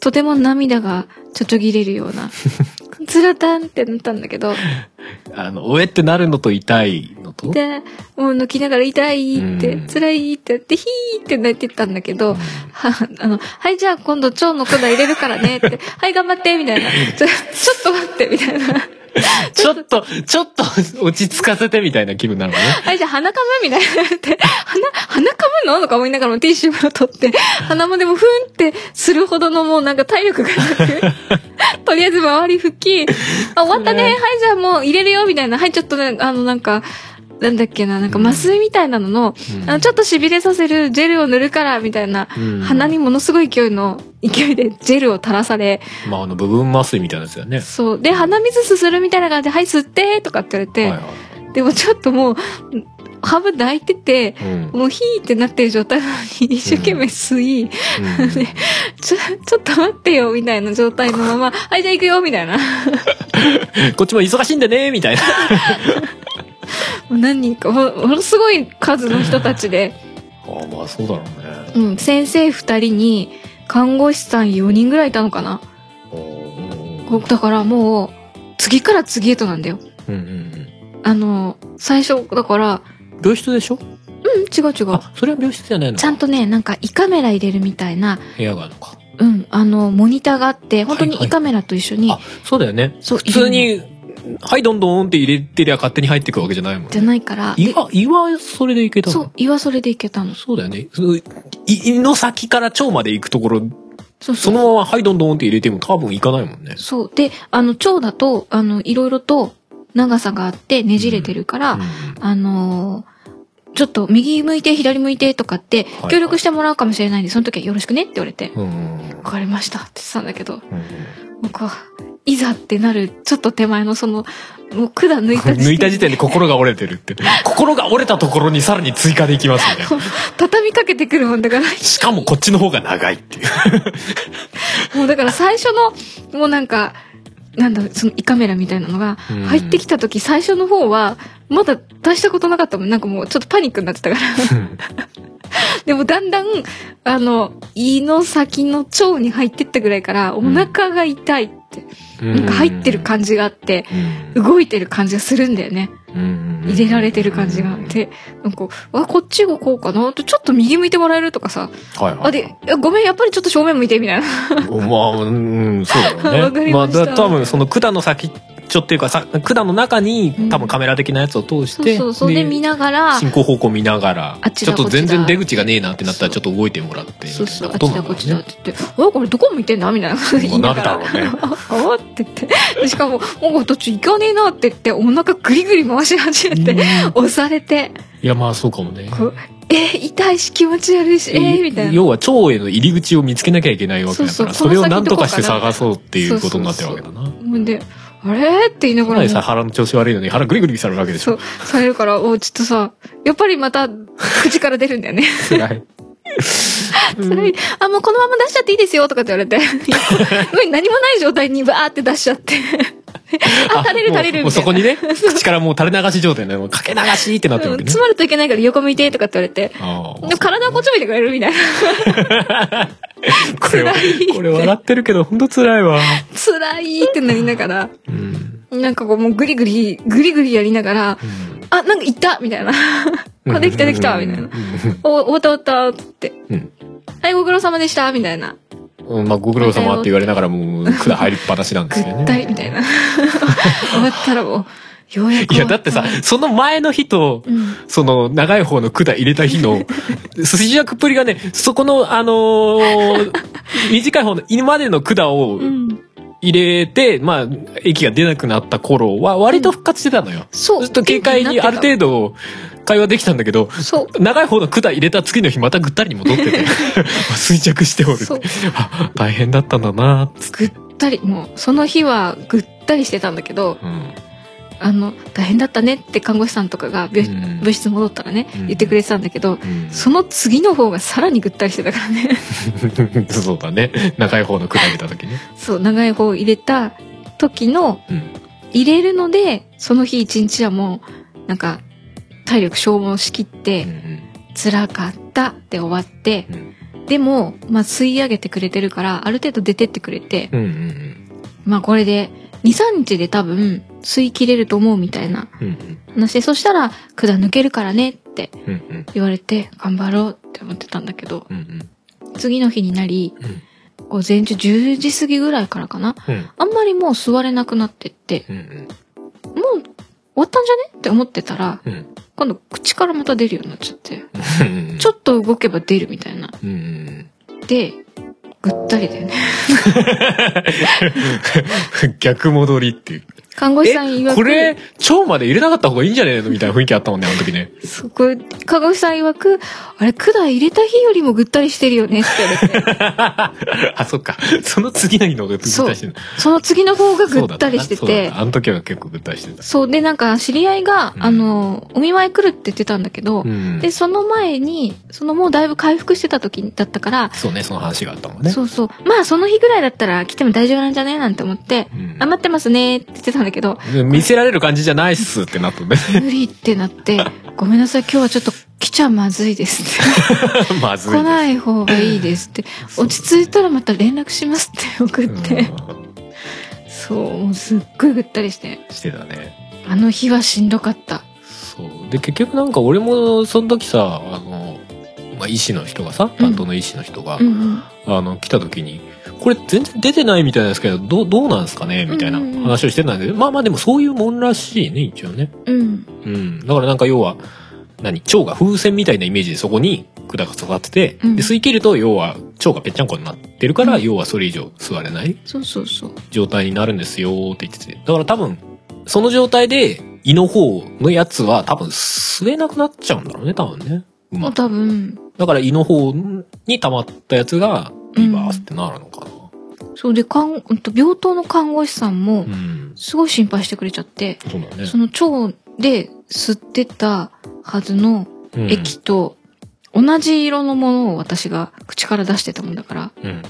B: とても涙がちょちょぎれるよう な。つらたんってなったんだけど。
A: あの、おえってなるのと痛いのと。
B: で、もう泣きながら痛いって、
A: うん
B: 辛いってやって、ヒーって泣いてたんだけど、は、あの、はい、じゃあ今度腸の粉入れるからねって、はい、頑張って、みたいな。ちょ、ちょっと待って、みたいな。
A: ちょっと、ちょっと落ち着かせてみたいな気分なのか ね。
B: はい、じゃあ鼻かむみたいなって、鼻、鼻かむのとか思いながらもティッシュを取って、鼻もでもふんってするほどのもうなんか体力がな く、とりあえず周り吹き、あ、終わったね、
A: そ
B: は
A: れ
B: い、じゃあもう入れるよ、みたいな。はい、ちょっとね、あの、なんか、なんだっけな、なんか麻酔みたいなのの、あのちょっと痺れさせるジェルを塗るから、みたいな、
A: うん
B: 鼻にものすごい勢いの、勢いでジェルを垂らされ、
A: まあ、あの、部分麻酔みたいなやつだよね。
B: そう。で、鼻水すするみたいな感じで、はい、吸って、とかって言われて、
A: はいは
B: でもちょっともう、半分泣いてて、
A: い。うん。
B: もうヒーってなってる状態なのに、一生懸命吸い、
A: うん
B: ちょ、ちょっと待ってよ、みたいな状態のま ま、はい、じゃあ行くよ、みたいな。
A: こっちも忙しいんでね、みたい な。
B: もう何人か、もうものすごい数の人たちで、
A: ああ、まあ、そうだろうね。
B: うん、先生二人に、看護師さん4人ぐらいいたのかな。
A: うん
B: こうだからもう、次から次へとなんだよ。
A: うんうん。
B: あの、最初、だから、
A: 病室でしょ
B: うん、違う違う。
A: あ、それは病室じゃないの
B: ちゃん
A: と。
B: とね、なんか胃カメラ入れるみたいな、
A: 部屋があるのか。
B: うん、あの、モニターがあって、本当
A: はい
B: に
A: はい
B: 胃カメラと一緒に、
A: あ、そうだよね。
B: そう、
A: 普通
B: 入れる
A: に、はい、どんどんって入れてりゃ勝手に入ってくるわけじゃないもん
B: の
A: ね。
B: じゃないから、
A: 胃は、胃はそれでいけたの
B: そう、胃はそれでいけたの。
A: そうだよね。そのい胃の先から腸まで行くところ、
B: そう
A: そ
B: そう。
A: のままはいどんどんって入れても多分行かないもんね。
B: そう。で、あの、腸だと、あの、いろいろと長さがあってねじれてるから、
A: う
B: あのーちょっと右向いて左向いてとかって
A: いはい
B: 協力してもらうかもしれないんで、その時はよろしくねって言われて、
A: うんうん
B: わかりましたって言ってたんだけど、
A: うん
B: 僕は、いざってなる、ちょっと手前のその、もう管抜いた時点で
A: 抜いた時点で心が折れてるって。心が折れたところにさらに追加でいきますみたいな。
B: 畳みかけてくるもんだから、
A: しかもこっちの方が長いっていう。
B: もうだから最初の、もうなんか、なんだろう、その胃カメラみたいなのが、
A: うん
B: 入ってきた時最初の方は、まだ大したことなかったもん。なんかもうちょっとパニックになってたから。 でもだんだん、あの、胃の先の腸に入ってったぐらいから、お
A: ん
B: 腹が痛いって、なんか入ってる感じがあって、
A: じ。
B: 動いてる感じがするんだよね。
A: うん
B: 入れられてる感じがあっ。て、なんか、あ、こっちがこうかなと、ちょっと右向いてもらえるとかさ、
A: はいはい。
B: あ、で、いやごめん、やっぱりちょっと正面向いて、みたいな。
A: まあ、うん、そうだ
B: わ
A: よ
B: か
A: ね。
B: り
A: ま
B: ま
A: あ、
B: した
A: だ多分その管の先っちょっていうか、さ管の中
B: うん
A: に多分カメラ的なやつを通し
B: そう
A: て、
B: そう、それで見ながら、
A: 進行方向見ながら
B: あっ、ち
A: ち
B: だ
A: ょっと全
B: こっ
A: 然
B: ちだ
A: 出口がねえなってなったらちょっと動いてもらって、
B: そうそう、あ
A: み
B: った
A: い
B: ち
A: な
B: だ
A: こ
B: こ
A: と
B: っち
A: な
B: だ
A: の
B: っ
A: か
B: て言って、あ、これどこ向いてん だみたいなこと言いながら。
A: なるだろうね
B: あ、 あって言って。でしかも、もう途中行かねえなって言って、お腹グリグリ回し始めて、押されて、
A: ねいや、まあそうかもね。
B: こう、えー痛いし気持ち悪いし、えーみたいな。
A: 要は腸への入り口を見つけなきゃいけないわけだから
B: そ
A: そう
B: そう
A: れ
B: こ
A: を
B: の
A: 何
B: 先ど
A: と
B: こか
A: かして
B: な
A: 探そうっていうことになってるわけだな
B: ほんで、あれって言いな
A: こ
B: が
A: ない
B: ら
A: さ
B: も、
A: 腹の調子悪いのに腹グリグリされるわけでし
B: そ
A: ょ
B: う、されるから、おちょっとさ、やっぱりまた、口から出るん だよね。
A: 辛 い
B: それあ、もうこのまま出しちゃっていいですよとかって言わ れて、いやもう何もない状態にバーって出しちゃって、あ、垂れる垂れる
A: もう
B: みた
A: そ
B: いな
A: こ。にね口からもう垂れ流し状態でもうかけ流しってなってる
B: うん
A: わけね
B: 詰まるといけないから横向いてとかって言われて、
A: ああ
B: でも体はこっち向いてくれるみたいな。
A: これは
B: 辛いって
A: これ笑ってるけど本当辛いわ
B: 辛いってなりながら、
A: うん
B: なんかこうもうグリグリ、グリグリやりながら、あ、なんかいったみたいな。
A: うん
B: あ、できたできたみたいな。お、終わった終わったって。
A: うん
B: はい、ご苦労様でしたみたいな。
A: うんまあご苦労様って言われながらもう管入りっぱなしなんで
B: ぐ
A: すよ
B: っ
A: ね
B: たりみたいな。終わったらもう、ようやく。
A: いやだってさ、その前の日と
B: うん。
A: その長い方の管入れた日の筋役っぷりがね、そこのあのー短い方の今までの管を
B: うん。
A: 入れて、まあ、液が出なくなった頃は割と復活してたのよ。
B: そ
A: そう
B: う。
A: すると警戒にある程度会話できたんだけど、
B: 度。そう。
A: 長い方の管入れた次の日またぐったりに戻ってて、衰着しておる
B: そう。
A: あ大変だったんだなっつって
B: ぐったり、もう、その日はぐったりしてたんだけど、
A: うん
B: あの、大変だったねって看護師さんとかが病,、
A: うん
B: 室戻ったらね、
A: うん
B: 言ってくれてたんだけど、
A: うん
B: その次の方がさらにぐったりしてたか らね。
A: そうだね。長い方の管入れた時ね。
B: そう、長い方を入れた時の、
A: うん
B: 入れるので、その日一日はもう、なんか、体力消耗しきって、辛かったって終わって、
A: うん
B: でも、まあ、吸い上げてくれてるから、ある程度出てってくれて、
A: うんうんうん
B: まあ、これで、2、3日で多分、吸い切れると思うみたいな
A: うんうん
B: 話で、そしたら、管抜けるからねって
A: うんうん
B: 言われて、頑張ろうって思ってたんだけど、
A: うんうん
B: 次の日になり、
A: うん
B: 午前中10時過ぎぐらいからかな、
A: うん
B: あんまりもう座れなくなってって、
A: うんうん
B: もう終わったんじゃねって思ってたら、
A: うんうん
B: 今度口からまた出るようになっちゃって、
A: うん
B: ちょっと動けば出るみたいな。
A: うんうん
B: で、ぐったりだよ ね。
A: 逆戻りっていう。
B: 看護師さん曰
A: え
B: く、
A: これ、腸まで入れなかった方がいいんじゃねえのみたいな雰囲気あったもんね、あの時ね。
B: すごい、看護師さん曰く、あれ、管入れた日よりもぐったりしてる よねって言われて、
A: あ、そっか。その次の日の方がぐったりしてる。
B: その次の方が
A: そ
B: ぐ
A: う
B: っ
A: だ
B: たりして
A: そうだ
B: て
A: った、あの時は結構ぐったりしてた。
B: そう、で、なんか、知り合いが、
A: うん
B: あの、お見舞い来るって言ってたんだけど
A: う、ん
B: で、。その前に、そのもうだいぶ回復してた時だったから、
A: そうね、その話があったもんね。
B: そうそう、まあその日ぐらいだったら来ても大丈夫なんじゃねなんて思って、
A: うん
B: あ、待ってますねって言ってたんだ けど、
A: 見せられる感じじゃないっすってなったね。
B: 無理ってなって、ごめんなさい、今日はちょっと来ちゃまずいですって。
A: まずいで
B: 来
A: す。
B: ない方がいいですって。落ち着いたらまた連絡しますって送って。
A: う
B: そう、もうすっごいぐったりして。
A: んしてたね。
B: あの日はしんどかった。
A: そう。で、結局なんか俺もその時さ、あの、まあ、医師の人がさ、担当の医師の人が、
B: うんうん。
A: あの、来た時に、これ全然出てないみたいなんですけど、どう、どうなんですかねみたいな
B: うんうんうん
A: 話をしてたんで、まあまあでもそういうもんらしいね、一応ね。
B: うん。
A: うん。だからなんか要は、何腸が風船みたいなイメージでそこに管が育ってて、
B: うん
A: で、吸い切ると要は腸がぺっちゃんこになってるから、
B: うん
A: 要はそれ以上吸われない
B: そうそうそう。
A: 状態になるんですよって言ってて。だから多分、その状態で胃の方のやつは多分吸えなくなっちゃうんだろうね、多分ね。うま
B: もう
A: く
B: 多分、
A: だから胃の方に溜まったやつが、リバースってなるのかな。
B: そうで、看うんと病棟の看護師さん
A: う、
B: も
A: ん。
B: すごい心配してくれちゃって、
A: そうだね。
B: その腸で吸ってたはずの
A: うん
B: 液と、同じ色のものを私が口から出してたもんだから、
A: うん。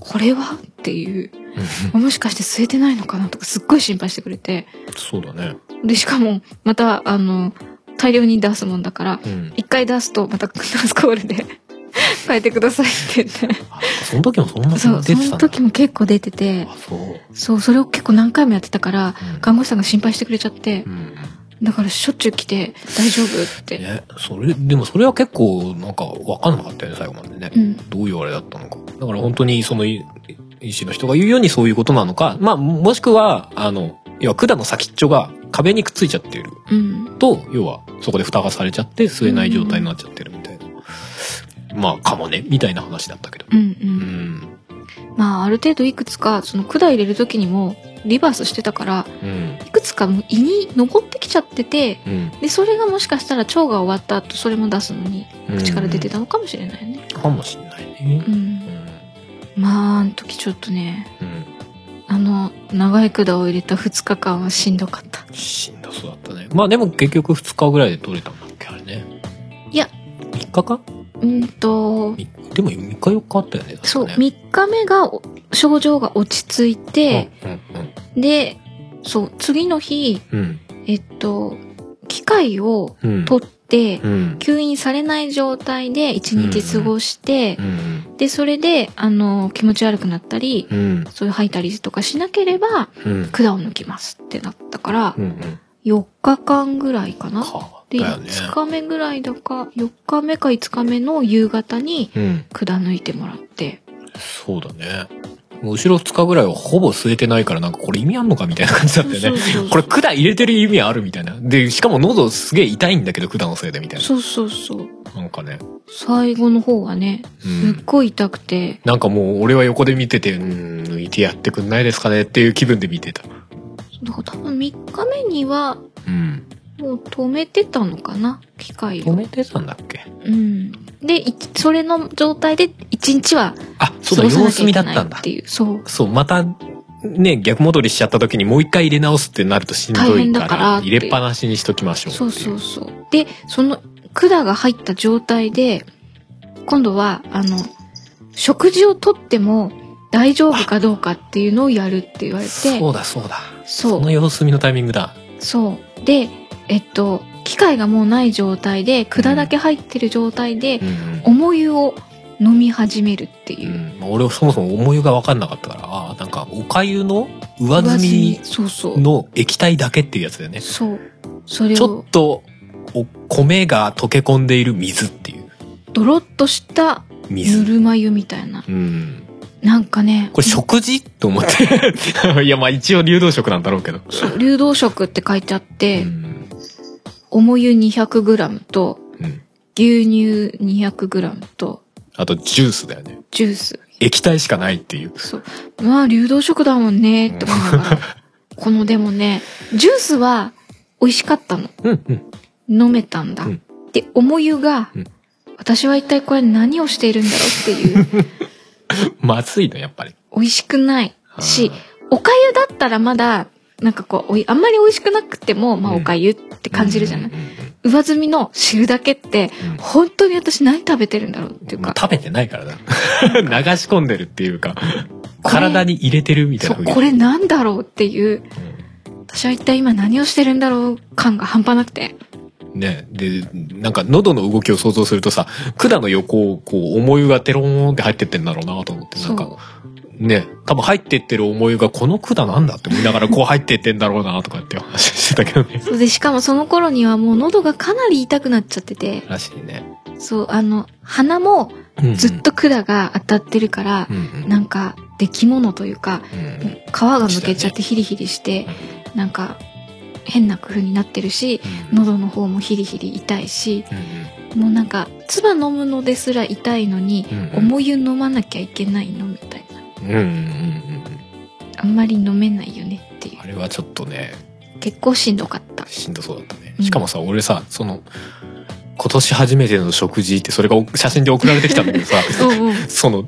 B: これはっていう、もしかして吸えてないのかなとかすっごい心配してくれて、
A: そうだね。
B: で、しかも、また、あの、大量に出すもんだから、
A: うん。
B: 一回出すと、またクロスコールで、 変えてくださいって言って。
A: あ、その時もそんな
B: そう、そ
A: 出てたんだ
B: の時も結構出てて、
A: あ、そう。
B: そう、それを結構何回もやってたから、
A: うん
B: 看護師さんが心配してくれちゃって
A: う、ん。
B: だからしょっちゅう来て、大丈夫って。
A: ね、それ、でもそれは結構なんか分かんなかったよね、最後までね。
B: うん
A: どういうあれだったのか。だから本当にそのい医師の人が言うようにそういうことなのか、まあ、もしくは、あの、要は管の先っちょが壁にくっついちゃっている
B: うん。
A: と、要はそこで蓋がされちゃって吸えない状態になっちゃってるみたいな。まあ、かもね、みたいな話だったけど。
B: うんう。
A: うんん。
B: まあ、ある程度いくつか、その管入れる時にも、リバースしてたから、
A: うん。
B: いくつかもう胃に残ってきちゃってて、
A: うん。
B: で、それがもしかしたら腸が終わった後、それも出すのに、
A: うん
B: 口から出てたのかもしれないね。
A: かもしんないね
B: う。ん
A: うん。
B: まあ、あの時ちょっとね、
A: うん。
B: あの、長い管を入れた2日間はしんどかった。
A: しんどそうだったね。まあでも結局2日ぐらいで取れたんだっけ、あれね。
B: いや、
A: 3日か
B: うんと、
A: みでも3日4日あったよね。
B: そう、
A: 確かね
B: 3日目がお症状が落ち着いて、
A: う
B: で、そう、次の日、
A: んうん
B: えっと、機械を
A: うん。うん。
B: 取って、
A: うん。
B: 吸引されない状態で1日過ごして
A: う、ん。
B: で、それで、あの、気持ち悪くなったり、
A: うん。
B: そういう吐いたりとかしなければ、
A: うん。
B: 管を抜きますってなったから
A: う、ん。
B: 4日間ぐらいかな。
A: か。
B: で、
A: だよね。
B: 5日目ぐらいだか、4日目か5日目の夕方に、
A: うん。
B: 管抜いてもらって。
A: そうだね。もう後ろ2日ぐらいはほぼ吸えてないからなんかこれ意味あんのかみたいな感じだったよね。
B: そうそうそう
A: これ管入れてる意味あるみたいな。で、しかも喉すげえ痛いんだけど管のせいでみたい
B: そうそうそう。
A: な。なんかね。
B: 最後の方はね、
A: う
B: すっ
A: ん。
B: ごい痛くて、
A: なんかもう俺は横で見てて、うん、抜いてやってくんないですかねっていう気分で見てた。
B: だから多分3日目には、
A: うん。
B: もう止めてたのかな機械
A: 止
B: を。
A: めてたんだっけ
B: うん。で、いそれの状態で1日は
A: あ、そうだ、
B: 過ごさ
A: 様
B: なき
A: 子
B: ゃい
A: 見
B: け
A: だっ
B: な
A: た
B: い
A: んだ
B: っ。ていう。そう。
A: そう、また、ね、逆戻りしちゃった時にもう一回入れ直すってなるとしん
B: 大
A: どい
B: 変
A: か
B: だ
A: ら、
B: からって
A: 入れっぱなしにしときましょうって
B: そ
A: いう
B: そうそう。で、その管が入った状態で、今度は、あの、食事をとっても大丈夫かどうかっていうのをやるって言われて、
A: そうだそうだ。
B: そ
A: この
B: う、
A: 様子見のタイミングだ。
B: そう。で、えっと、機械がもうない状態で、管だけ入ってる状態で
A: う、ん。
B: 重湯を飲み始めるって
A: う
B: いう。
A: ん、まあ俺はそもそも思いが分かんなかったから、ああ、なんか、おかゆの上積
B: そうそ
A: み
B: う。
A: の液体だけっていうやつだよね。
B: そう。それ
A: ちょ
B: を
A: っ、と、お米が溶け込んでいる水っていう。
B: ドロッとしたぬ
A: 水。
B: るま湯みたいな。
A: うん。
B: なんかね、
A: これ食事と思って。 いや、まあ一応流動食なんだろうけど。
B: そう流動食って書いてあっ
A: う
B: て、
A: ん。
B: 重湯 200g と
A: うん。
B: 牛乳 200g と
A: あと、ジュースだよね。
B: ジュース。
A: 液体しかないっていう。
B: そう。まあ流動食だもんねって思いながら。 このでもね、ジュースは美味しかったの。
A: うんうん。
B: 飲めたんだ。
A: うん
B: で、重湯が、
A: うん
B: 私は一体これ何をしているんだろうっていう。
A: まずいの、やっぱり。
B: 美味しくないし
A: あー、
B: おかゆだったらまだ、なんかこう、おいあんまり美味しくなくても、まあ
A: うん
B: おかゆって感じるじゃない、
A: うんうん
B: 上積みの汁だけって、
A: うん
B: 本当に私何食べてるんだろうっていう
A: ま
B: か
A: あ、食べてないから だ。流し込んでるっていうか、
B: これ
A: 体に入れてるみたい
B: そ
A: な
B: う、
A: 風に
B: これなんだろうっていう、私は一体今何をしてるんだろう感が半端なくて。
A: うんね。で、なんか喉の動きを想像するとさ、管の横をこう、思いがテローンって入ってってんだろうなと思って、な
B: そ
A: んか、
B: う。
A: ね、多分入ってってる思いがこの管なんだって思いながらこう入ってってんだろうなとかって話してたけどね。
B: そうで、しかもその頃にはもう喉がかなり痛くなっちゃってて、
A: らしいね。
B: そう、あの、鼻も
A: うんうん
B: ずっと管が当たってるから
A: う、んうん
B: なんか、出来物というか、
A: うんうん
B: 皮がむけちゃってヒリヒリして、なんか変な風になってるし喉の方もヒリヒリ痛いし
A: うん
B: もうなんか唾飲むのですら痛いのに
A: うんうん
B: 重湯飲まなきゃいけないのみたいな
A: うんうんうんうんうん
B: あんまり飲めないよねってい
A: あれはちょっとね、
B: う結構しんどかっった。
A: しんどそうだったね
B: うん
A: しかもさ、俺さその今年初めての食事ってそれがお写真で送られてきたんだけどさ
B: うんうん。
A: その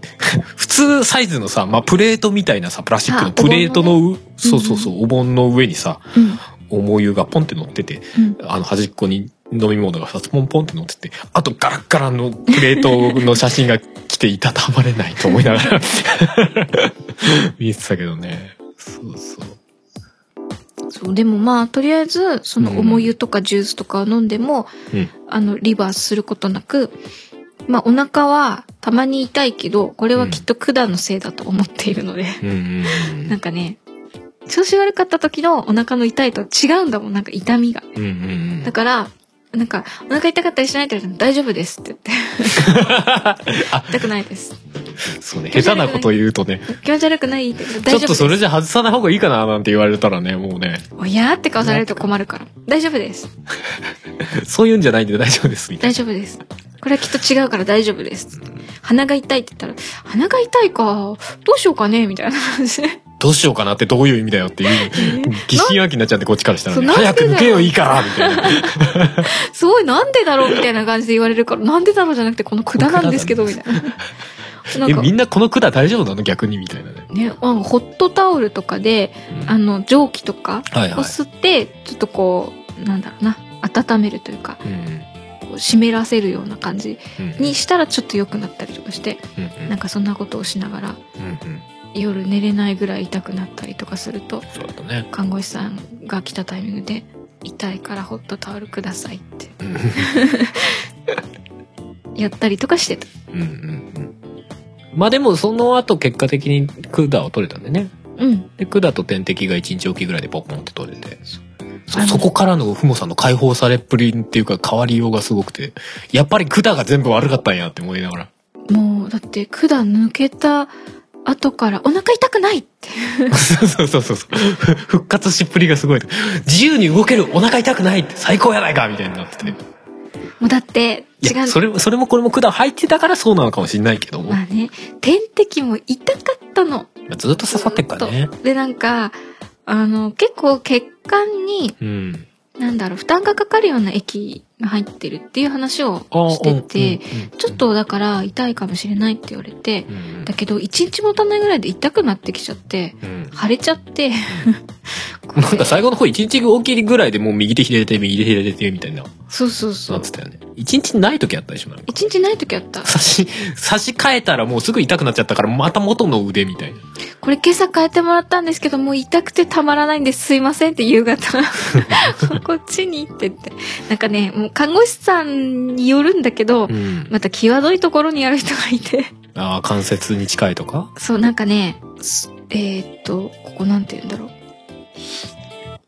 A: 普通サイズのさ、まあ、プレートみたいなさプラスチック
B: あ
A: のプレートのうそうそうそう、お盆の上にさ
B: うん
A: 重湯がポンって乗ってて
B: うん。
A: あの端っこに飲み物が2つポンポンって乗っててあとガラッガラのプレートの写真が来ていたたまれないと思いなが ら見えてたけどねそうそう
B: そう、でもまあ、とりあえず、その、重湯とかジュースとかを飲んでも、
A: うん
B: あの、リバースすることなく、まあ、お腹はたまに痛いけど、これはきっと管のせいだと思っているので、
A: うんうんうん
B: なんかね、調子悪かった時のお腹の痛いとは違うんだもん、なんか痛みが。
A: うんうんうん
B: だから、なんか、お腹痛かったりしないって言われたら大丈夫ですっ て言って。痛くないです。
A: そうね、下手なこと言うとね、
B: 気持ち悪くないって言ったら
A: ちょ
B: 大
A: っ
B: 丈夫
A: と
B: です。
A: それじゃ外さない方がいいかななんて言われたらね、もうね、
B: おやーって顔されると困るから。大丈夫です。
A: そういうんじゃないんで大丈夫です、みたい
B: 大丈夫です。これはきっと違うから大丈夫です。鼻が痛いって言ったら、鼻が痛いか、どうしようかねみたいな 感じで。
A: な。どうしようかなってどういう意味だよ っていう、疑心暗鬼になっちゃってこっちからしたらね、
B: そうな
A: 早
B: んで
A: く
B: だよ
A: 抜けよいいからみたいな。
B: すごい、なんでだろうみたいな感じで言われるから、なんでだろうじゃなくて、この管なんですけど、みたいな。
A: え、
B: なん
A: み
B: か、
A: んなこの管大丈夫なの逆にみたいなね。
B: ね、あのホットタオルとかで、あの、蒸気とか
A: はい
B: を
A: はい。
B: 吸って、ちょっとこう、なんだろうな、温めるというか、
A: うん
B: こう湿らせるような感じ
A: うん
B: にしたらちょっと良くなったりとかして、
A: うん
B: なんかそんなことをしながら、
A: うんうんうん
B: 夜寝れないぐらい痛くなったりとかすると、
A: そうだったね。
B: 看護師さんが来たタイミングで「痛いからホットタオルください」って
A: うん
B: やったりとかしてた
A: うんうんうんまあでもその後結果的に管を取れたんでね。
B: うん
A: で、管と点滴が1日おきぐらいでポッポンって取れて。
B: あ
A: そ
B: の
A: そこからのふもさんの解放されっぷりっていうか変わりようがすごくて、やっぱり管が全部悪かったんやって思いながら。
B: もうだって管抜けた後から「お腹痛くない!」って
A: そうそうそうそう。ふ復活しっぷりがすごい。自由に動けるお腹痛くないって最高やないかみたいになってて。
B: もうだって
A: い
B: 違う
A: や、それ、それもこれも管入ってたからそうなのかもしれないけども。
B: まあね点滴も痛かったの
A: ずっと刺さってっからね
B: ず。っとでなんかあの結構血管に
A: うん。
B: なんだろう負担がかかるような液が入ってるっていう話を
A: あー
B: してて、、
A: うんうん
B: ちょっとだから痛いかもしれないって言われて、
A: うんうん
B: だけど一日もたないぐらいで痛くなってきちゃって
A: うん
B: 腫れちゃって
A: なんか最後の方一日おきりぐらいでもう右手左手右手左手みたいな、
B: そうそうそ
A: なっ
B: う
A: てたよね。一日ない時あったでしょなんか
B: 一日ない時あった
A: 差し、差し替えたらもうすぐ痛くなっちゃったから、また元の腕みたいな。
B: これ今朝変えてもらったんですけどもう痛くてたまらないんですすいませんって夕方 こっちに行ってってなんかねもう看護師さんによるんだけど、
A: ん。
B: また際どいところにやる人がいて
A: ああ、関節に近いとか
B: そうなんかねすえー、っとここなんて言うんだろう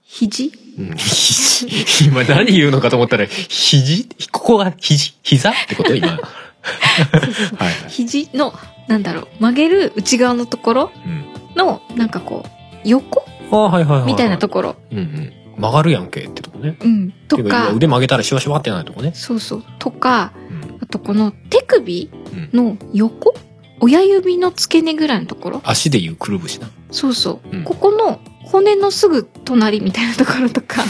B: ひ肘
A: うん。 肘今何言うのかと思ったら、肘ここが肘膝ってこと 今。はいはい。
B: 肘のなんだろう曲げる内側のところ
A: うん。
B: のなんかこう横
A: ああ、はいはいはいはい。
B: みたいなところ、
A: うんうん。曲がるやんけってとこね。
B: うん、と
A: てか
B: か
A: 今腕曲げたらシワシワってないとこね。
B: そうそうとか
A: うん。
B: あとこの手首
A: うん
B: の横親指の付け根ぐらいのところ
A: 足で言うくるぶしな。
B: そうそう、
A: うん
B: ここの骨のすぐ隣みたいなところとか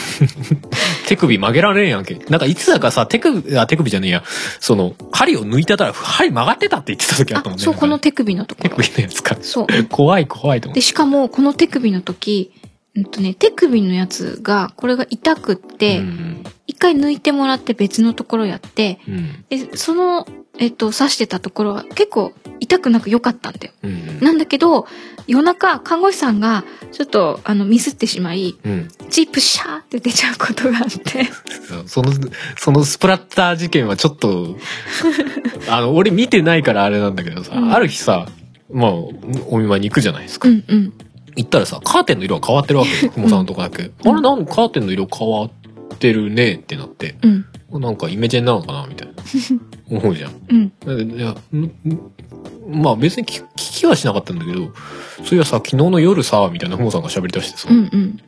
A: 手首曲げられんやんけ。なんかいつだかさ、手首、あ、手首じゃねえや。その、針を抜いてたら、針曲がってたって言ってた時あったもん
B: あ
A: ね。
B: そうこの
A: なんかね
B: 手首のとこ
A: 手
B: ろ
A: 首のやつか。
B: そう
A: 怖い怖いと思って
B: でしかもこの手首の時うんとね、手首のやつが、これが痛くって、
A: うん
B: 一回抜いてもらって別のところやって、
A: うん
B: で、その、えっと、刺してたところは結構痛くなく良かったんだよ。
A: うん
B: なんだけど、夜中、看護師さんが、ちょっと、あの、ミスってしまい、
A: うん、
B: チップシャーって出ちゃうことがあって、
A: そうそのそのスプラッター事件はちょっ とあの俺見てないからあれなんだけどさ、
B: うん
A: ある日さまあお見舞いに行くじゃないですか、
B: うんうん。
A: 行ったらさカーテンの色が変わってるわけよ ふもさんのとこだけ、
B: ん
A: あれなんカーテンの色変わってるねってなって
B: うん。
A: なんかイメチェンなのかなみ たいな思うじゃん
B: うん。
A: いや、んんまあ別に聞聞きはしなかったんだけど、そういやさ、昨日の夜さ、みたいなふもさんが喋り出してさ、
B: うんうん。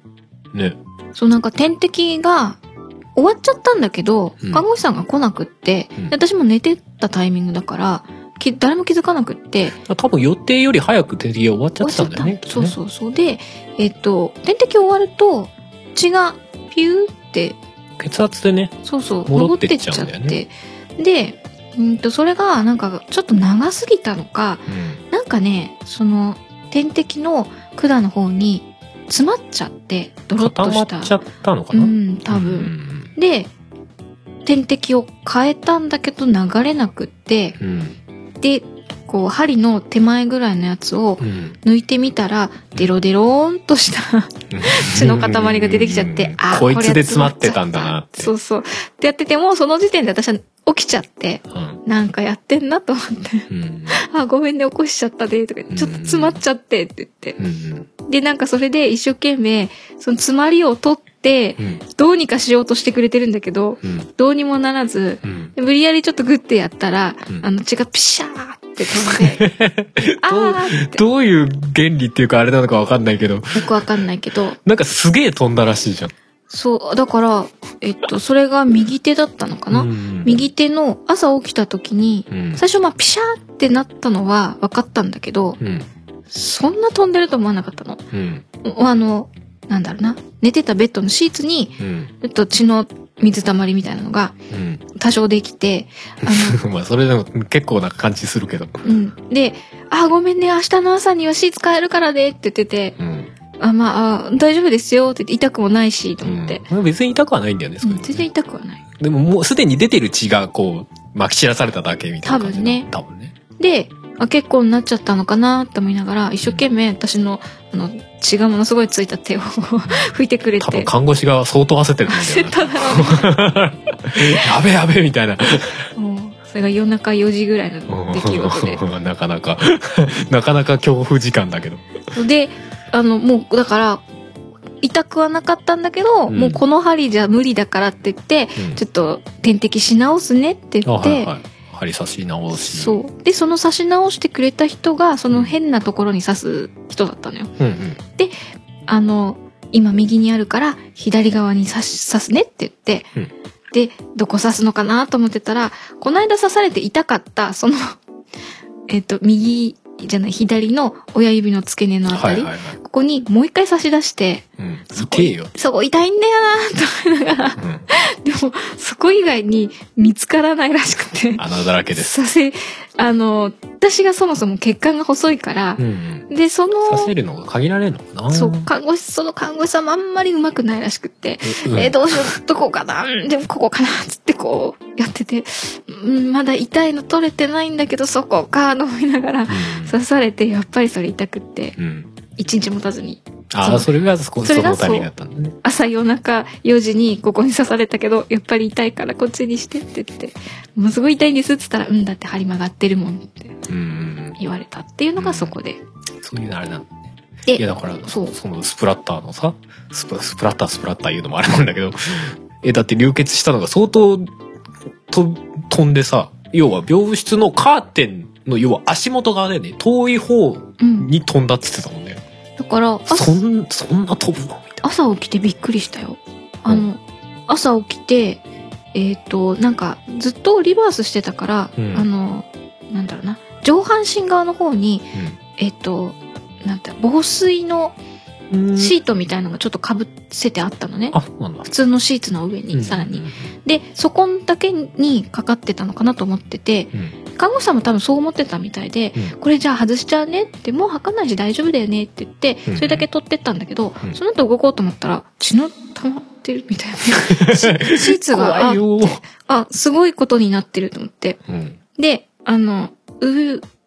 A: ね。
B: そう、なんか点滴が終わっちゃったんだけど、
A: うん
B: 看護師さんが来なくって、
A: うん
B: で私も寝てたタイミングだから、き誰も気づかなくって、
A: 多分予定より早く点滴が終わっちゃってたんだよね。
B: そうそうそう。で、えっと、点滴終わると、血がピューっって、
A: 血圧でね、
B: そうそう、
A: 戻
B: 戻
A: っ
B: ってて
A: っ
B: っ
A: ち
B: ち
A: ゃ
B: ゃ
A: う
B: っ
A: んだ
B: て。
A: よね
B: で、うんと、それが、なんか、ちょっと長すぎたのか、
A: うん、
B: なんかね、その、点滴の管の方に詰まっちゃって、ドロッ
A: 固
B: と
A: ま
B: し。
A: ったちゃったのか
B: う
A: な、
B: ん、多分。
A: 分。
B: で、点滴を変えたんだけど流れなくって、
A: うん。
B: で、こう、針の手前ぐらいのやつを
A: うんうん
B: 抜いてみたら、デロデローンとした、 血の塊が出てきちゃっ
A: うん
B: て、あー
A: こい
B: れ
A: つで詰まってたんだなって。
B: そうそう。ってやってて、もうその時点で私は起きちゃって、
A: うん
B: なんかやってんなと思って、
A: うん
B: あ、ごめんね、起こしちゃったで、とか、ちょっと詰まっちゃって、って言って
A: う。ん
B: で、なんかそれで一生懸命、その詰まりを取って
A: う、ん
B: どうにかしようとしてくれてるんだけど、
A: うん
B: どうにもならず、
A: うん
B: で無理やりちょっとグッてやったら、
A: うん
B: あの血がピシャーって飛んで、 あーって、
A: どういう原理っていうかあれなのかわかんないけど、
B: よくわかんないけど、
A: なんかすげえ飛んだらしいじゃん。
B: そう、だから、えっと、それが右手だったのかな、
A: うん
B: 右手の朝起きた時に、
A: うん
B: 最初まあピシャーってなったのは分かったんだけど、
A: うん
B: そんな飛んでると思わなかったの。
A: うん
B: おあの、なんだろうな。寝てたベッドのシーツに、
A: うん
B: えっと、血の水たまりみたいなのが
A: うん
B: 多少できて、あ
A: まあそれでも結構な感じするけど。
B: の、うん。で、あ、ごめんね、明日の朝にはシーツ変えるからでって言ってて、
A: うん
B: あ、まあ、あ大丈夫ですよって言って、痛くもないし、と
A: う
B: 思って
A: ん。まあ別に痛くはないんだよね、そ
B: うん
A: こにね
B: 全然痛くはない。
A: でももうすでに出てる血がこう、まき散らされただけみたいな感じだ。多分ね。
B: で、あ結構になっちゃったのかなと思いながら、一生懸命私の、あの、血がものすごいついた手を 拭いてくれ
A: 多分
B: て。
A: 看護師が相当焦ってると思うんだよな。
B: 焦っ ただろうね
A: やべやべみたいな。
B: もうそれが夜中4時ぐらいの出来事で。
A: なかなか、なかなか恐怖時間だけど。
B: で、あの、もう、だから、痛くはなかったんだけど、
A: うん
B: もうこの針じゃ無理だからって言って、
A: うん
B: ちょっと点滴し直すねって
A: あ
B: 言っ
A: はい
B: て、
A: はい。針刺し直し。
B: そう。で、その刺し直してくれた人が、その変なところに刺す人だったのよ。
A: うんうん。
B: あの、今右にあるから、左側に刺し刺すねって言って、
A: うん
B: で、どこ刺すのかなと思ってたら、この間刺されて痛かった、その、えっと、右じゃない、左の親指の付け根のあ
A: は
B: たり、
A: いはいはい。
B: ここにもう一回差し出して、
A: うん。
B: そこ
A: 痛えよ。
B: そこ痛いんだよ
A: うん。
B: なでも、そこ以外に見つからないらしくて。
A: 穴だらけ です。
B: させ、あの、私がそもそも血管が細いから
A: う、んうん。
B: で、そ
A: 刺
B: の、
A: せるのが限られるのかな
B: そう、看護師、その看護師さんもあんまり上手くないらしくって、
A: うん
B: えーどうしよう、どこかなうんでもここかなつってこう、やってて、うんまだ痛いの取れてないんだけど、そこか、と思いながら、
A: う
B: 刺されて、やっぱりそれ痛くって、
A: ん。うん。
B: 一日持たずに。
A: ああ、それがそこ、
B: そ
A: そ
B: れが
A: のタイミングだったんだね。
B: 朝夜中4時にここに刺されたけど、やっぱり痛いからこっちにしてって言って、もうすごい痛いんですって言ったら、うんだって針曲がってるもんって
A: うんうん
B: 言われたっていうのがそこで。
A: うん。そういうのあれなんだね。
B: で
A: いやだから、
B: そう
A: そのスプラッターのさ、スプラスプラッタースプラッター言うのもあれなんだけど、 え、だって流血したのが相当と飛んでさ、要は病室のカーテンの要は足元側でね、遠い方
B: うん。
A: に飛んだっつってたもんね。
B: だから、
A: そん、そんな飛ぶのみたいな。
B: 朝起きてびっくりしたよ。あの、朝起きて、えっ、と、なんか、ずっとリバースしてたから、
A: うん
B: あの、なんだろうな、上半身側の方に、えっ、と、なんて、防水の
A: うん。
B: シートみたいなのがちょっとかぶせてあったのね。
A: あ、そうなんだ
B: 普。通のシーツの上に、さらに。。で、そこだけにかかってたのかなと思ってて、
A: うん。
B: 看護師さんも多分そう思ってたみたいで、
A: うん
B: これじゃあ外しちゃうねって、もう履かないし大丈夫だよねって言って
A: う、ん
B: それだけ取ってったんだけど、
A: うん
B: その後動こうと思ったら、血の溜まってるみたい な。シシーツが、
A: 怖
B: あ
A: い、よ。
B: あすごいことになってると思って。
A: うん。
B: で、あの、う、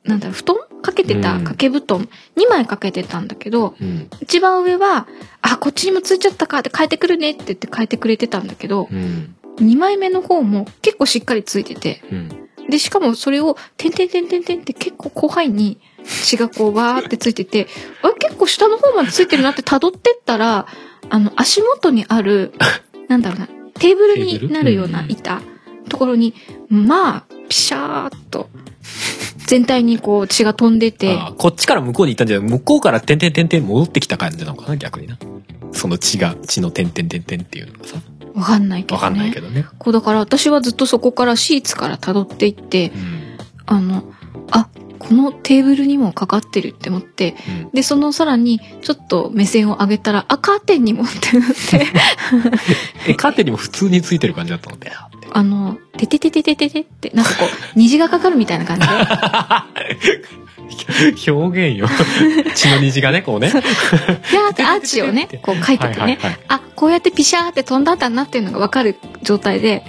B: なんだろう、布団かけてた
A: うん
B: 掛け布団、2枚かけてたんだけど、
A: うん。
B: 一番上は、あ、こっちにもついちゃったかって変えてくるねって言って変えてくれてたんだけど、
A: うん。
B: 2枚目の方も結構しっかりついてて、
A: うん。
B: で、しかもそれを、てんてんてんてんてんって結構広範囲に血がこうわーってついてて、あれ結構下の方までついてるなって辿ってったら、あの、足元にある、なんだろうな、テーブル
A: テーブル
B: になるような板、ところに、まあ、ピシャーっと、全体にこう血が飛んでて、
A: あこっちから向こうに行ったんじゃない向こうから点々点々戻ってきた感じなのかな逆にな。その血が、血の点々点々っていうのがさ、
B: わかんないけど、
A: わ
B: ね。
A: かんないけどね。
B: こうだから私はずっとそこからシーツから辿っていって
A: う、ん
B: あの、あ、ここのテーブルにもかかってるって思って、
A: うん
B: で、そのさらに、ちょっと目線を上げたら、あ、カーテンにもってなって、
A: え、カーテンにも普通についてる感じだったので。 って
B: あの、てててててててって、なんかこう、虹がかかるみたいな 感じで、
A: 表 現よ。血の虹がね、こうね。
B: ピャーってアーチをね、こう書いててね、
A: はい。
B: あ、こうやってピシャーって飛んだんだなっていうのがわかる状態で、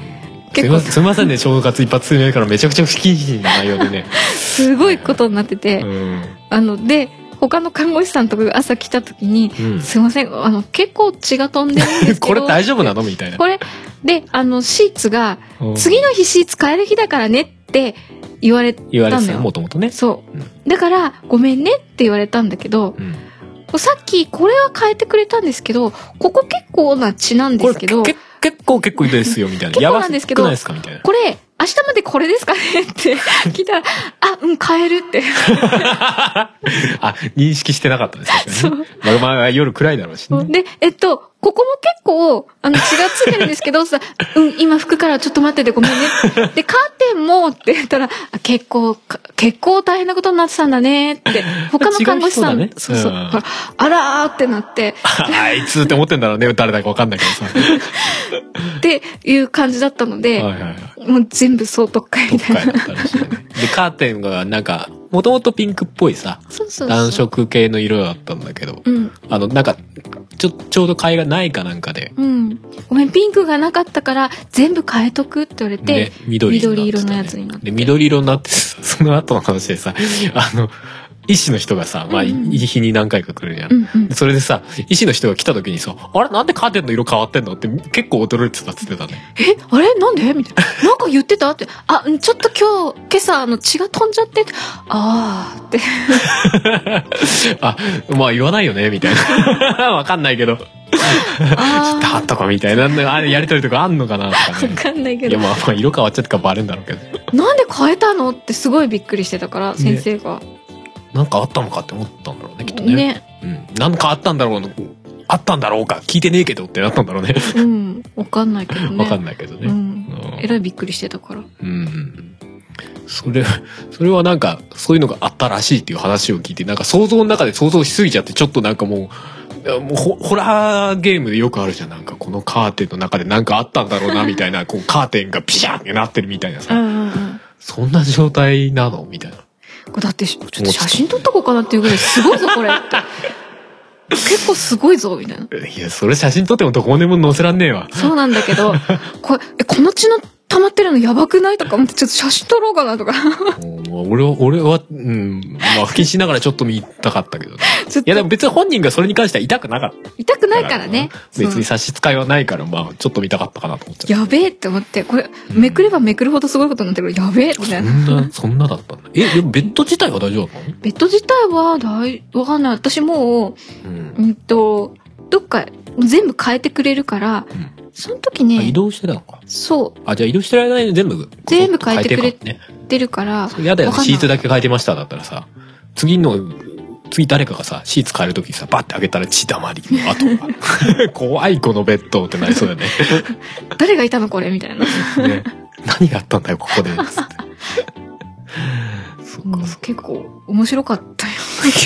A: す
B: 結
A: い
B: 構
A: ません、すいませんね、正月一発目からめちゃくちゃ不謹慎な内容でね。
B: すごいことになってて、
A: うん。
B: あの、で、他の看護師さんとかが朝来た時に、
A: うん。
B: すいません、あの、結構血が飛んでるんですけど。
A: これ大丈夫なのみたいな。
B: これ、で、あの、シーツが、
A: うん
B: 次の日シーツ変える日だからねって言われた
A: 言われて
B: の
A: た
B: よ
A: も。ともとね。
B: そう。だから、ごめんねって言われたんだけど、
A: うん。
B: さっきこれは変えてくれたんですけど、ここ結構な血なんで
A: これ
B: すけど、これ、
A: 結構結構ですよ、みたいな。
B: 結
A: や
B: 構
A: ばくな
B: なんで
A: い
B: すけど
A: ですかみたいな。
B: 明日までこれですかね って聞いたら、あ、うん、変えるって。
A: あ、認識してなかったです
B: そ
A: ね。
B: う。
A: まあまあ夜暗いだろうしね。
B: で、えっと、ここも結構、あの、血がついてるんですけど、さ、うん、今拭くからちょっと待っててごめんね。で、カーテンもって言ったら、あ結構、か結構大変なことになってたんだねって、他の看護師さん、
A: 違う人だね
B: そうそう、
A: うん
B: ほらあらーってなって、
A: あいつって思ってんだろうね。誰だかわかんないけど さ。は
B: っていう感じだったので、
A: いはいはい。
B: もう全部総特会み
A: 特
B: たい
A: 会
B: な。
A: だったらし いね。で、カーテンがなんか、もともとピンクっぽいさ、
B: そうそうそう。
A: 暖。色系の色だったんだけど、
B: うん。
A: あの、なんか、ちょ、ちょうど買いがないかなんかで、
B: うん。ごめん、ピンクがなかったから、全部変えとくって言われて、
A: ね、緑になってたね
B: 緑色のやつになって
A: で、緑色になって、その後の話でさ、あの、医師の人がさ、まあ、い
B: うん
A: 日に何回か来るじゃん
B: う。んうん
A: で。それでさ、医師の人が来た時にさ、あれなんでカーテンの色変わってんのって結構驚いてたって言ってたね。
B: えあれなんでみたいな。なんか言ってたって。あ、うんちょっと今日、今朝、あの、血が飛んじゃって。ああ、 って。
A: あ、まあ言わないよね、みたいな。 わかんないけど。だ
B: あ
A: とかみたいな、あれやりとりとかあんのかなと
B: あ。
A: かね。
B: わかんないけ
A: いや
B: ど。
A: まあまあ色変わっちゃったからバレんだろうけど。
B: なんで変えたのってすごいびっくりしてたから、
A: ね
B: 先生が。
A: なんかあったのかって思ったんだろうね、きっとね。
B: ね。
A: うん。なんかあったんだろうの、あったんだろうか、聞いてねえけどってなったんだろうね。
B: うん。わかんないけどね。
A: わかんないけど
B: う
A: ね。
B: ん。
A: うん
B: えらいびっくりしてたから。
A: うん。それ、それはなんか、そういうのがあったらしいっていう話を聞いて、なんか想像の中で想像しすぎちゃって、ちょっとなんかもう、いやもうホホラーゲームでよくあるじゃん。なんかこのカーテンの中でなんかあったんだろうな、みたいな、こうカーテンがピシャンってなってるみたいな
B: うん
A: さ、
B: うんうん。
A: そんな状態なのみたいな。
B: これだって、ちょっと写真撮っとこうかなっていうぐらい、すごいぞ、これって。結構すごいぞ、みたいな。
A: いや、それ写真撮ってもどこにも載せらんねえわ。
B: そうなんだけど、これ、え、この血の溜まってるのやばくないとか思って、ちょっと写真撮ろうかなとか。
A: もうもう俺は、俺は、うん、まあ、不謹慎ながらちょっと見たかったけどね。
B: ちょっ
A: いや、で
B: と
A: も別に本人がそれに関しては痛くなかった。
B: 痛くないからね。
A: 別に
B: そ
A: 差し支えはないから、まあ、ちょっと見たかったかなと思っちゃった
B: う。やべえって思って、これ、めくればめくるほどすごいことになってくる。やべえみたい
A: そ
B: な。
A: んな、そんなだったんだ。え、でもベッド自体は大丈夫だっ
B: ベッド自体は大、わかんない。私もう、
A: たのうん。
B: うんと、どっか全部変えてくれるから、
A: うん
B: その時
A: あ移
B: ね、
A: 動してたのか。
B: そ
A: あ、じゃあ移動してる間に全部、
B: 全部変えてくれ
A: 変えてか
B: う、出るから、
A: ね。やだよ
B: わ
A: ね、
B: かんない
A: シーツだけ変えてましただったらさ、次の、次誰かがさ、シーツ変えるときさ、バッて開けたら血だまりの跡 が。怖い、このベッドってなりそうだよね。
B: 誰がいたのこれみたいな。
A: ね何があったんだよ、こ こで。つってそっ
B: うん
A: かそっ
B: 結構面白かったよ。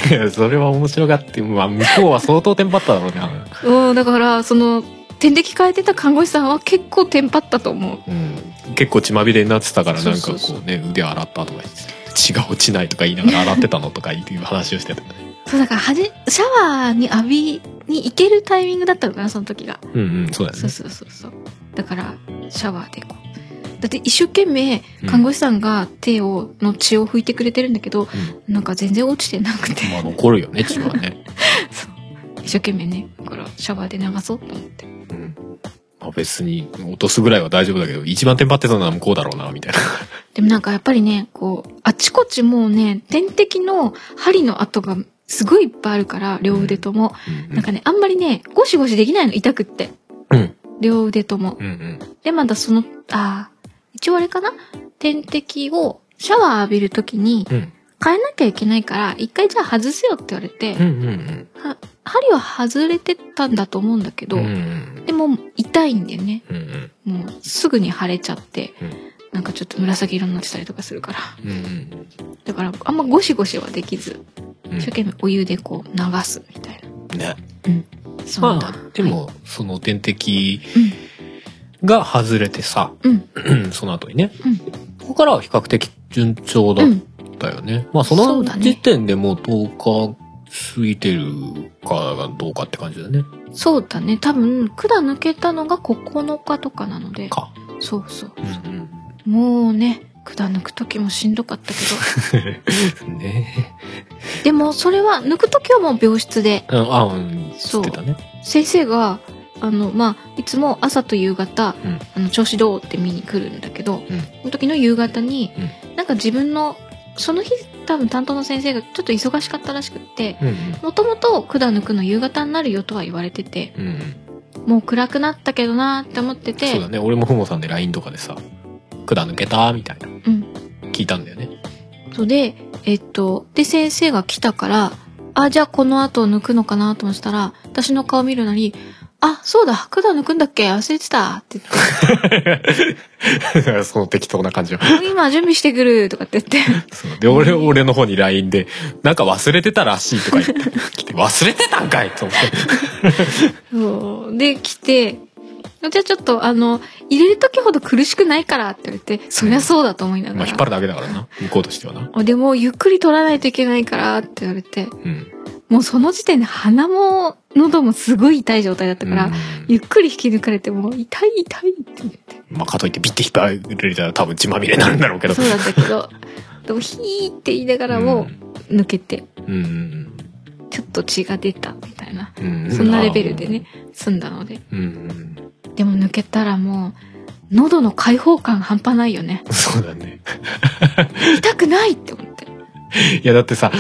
A: か。いやそれは面白がって、まあ、向こうは相当テンパっただろうねあの。
B: うん、だから、その、点滴変えてた看護師さんは結構テンパったと思う。
A: うん、結構血まみれになってたからなんか
B: そう
A: こ
B: そうそう
A: うね腕洗ったとか言って血が落ちないとか言いながら洗ってたのとかいう話をしてた、
B: そう、だから、はじ、シャワーに浴びに行けるタイミングだったのかな、その時が。
A: うんうんそうだよ
B: そう
A: ね
B: そうそうそう。だから、シャワーでこう。だって一生懸命、看護師さんが手を、の血を拭いてくれてるんだけど、なんか全然落ちてなくて、
A: まあ残るよね血はね、
B: 一生懸命ね、だからシャワーで流そうと思って。
A: うんまあ、別に落とすぐらいは大丈夫だけど一番テンパってたのは向こうだろうなみたいな
B: でもなんかやっぱりね、こう、あちこちもうね、点滴の針の跡がすごいいっぱいあるから、両腕とも。
A: うん
B: なんかね、あんまりね、ゴシゴシできないの、痛くって。
A: うん
B: 両腕とも。
A: うんうん
B: で、まだその、あー一応あれかな点滴を、シャワー浴びるときに、
A: うん
B: 変えなきゃいけないから、一回じゃあ外せよって言われて、
A: うんうんうん
B: は針は外れてたんだと思うんだけど、
A: うんうん
B: でも痛いんだよね。
A: うんうん
B: もうすぐに腫れちゃって、
A: うん
B: なんかちょっと紫色になってたりとかするから。
A: うん
B: だから、あんまゴシゴシはできず、
A: うん。
B: 一生懸命お湯でこう流すみたいな。
A: ね。
B: そ
A: ま
B: んな
A: あ、でも、その点滴
B: うん
A: が外れてさ、
B: うん、
A: その後にね。ここからは比較的順調だっ
B: うん、
A: たよね。まあ、そ
B: そ
A: の
B: うだね
A: 時点でもう10日過ぎてるかどうかって感じだね。
B: そうだね。多分、管抜けたのが9日とかなので。
A: か。
B: そうそう。
A: うん
B: もうね、管抜く時もしんどかったけど。
A: うん。 ね
B: でも、それは、抜く時はもう病室で、
A: え。うんあ、うん、知ってたね。
B: 先生が、あの、まあ、いつも朝と夕方、
A: うん
B: あの、調子どうって見に来るんだけど、
A: うん
B: その時の夕方に、なんか自分の、その日多分担当の先生がちょっと忙しかったらしくって、
A: うん
B: もともと管抜くの夕方になるよとは言われてて、
A: うん。うん。
B: もう暗くなったけどなーって思ってて、
A: そうだね。俺もふもさんで LINE とかでさ、管抜けたみたいな。
B: うん。
A: 聞いたんだよね。
B: そうで、えっと、で、先生が来たから、あ、じゃあこの後抜くのかなと思ってたら、私の顔見るのに、あ、そうだ、管抜くんだっけ忘れてたって言っ
A: その適当な感じは。
B: て、今準備してくるとかって言って、
A: そうで、俺、俺の方に LINE で、なんか忘れてたらしいとか言 って、来て忘れてたんかいと思って。
B: そうで、来て、じゃあちょっとあの、入れる時ほど苦しくないからって言われて、そりゃそうだと思いな
A: ま
B: が
A: あ、引っ張
B: ら。
A: るだけだからな。向こうとしてはな。
B: あでも、ゆっくり取らないといけないからって言われて、
A: うん。
B: もうその時点で鼻も喉もすごい痛い状態だったから、
A: うん
B: ゆっくり引き抜かれてもう痛い痛いって言って。
A: まあ、かといってビッて引っ張られたら多分血まみれになるんだろうけど。
B: そうなんだけ ど、でもヒーって言いながらも抜けて、
A: うん。うん。
B: ちょっと血が出たみたいな、
A: うん。うん
B: そんなレベルでね、済んだので。
A: うん。うん。
B: でも抜けたらもう、喉の開放感半端ないよ ね。
A: そうだね。
B: 痛くないって思って。
A: いや、だってさ、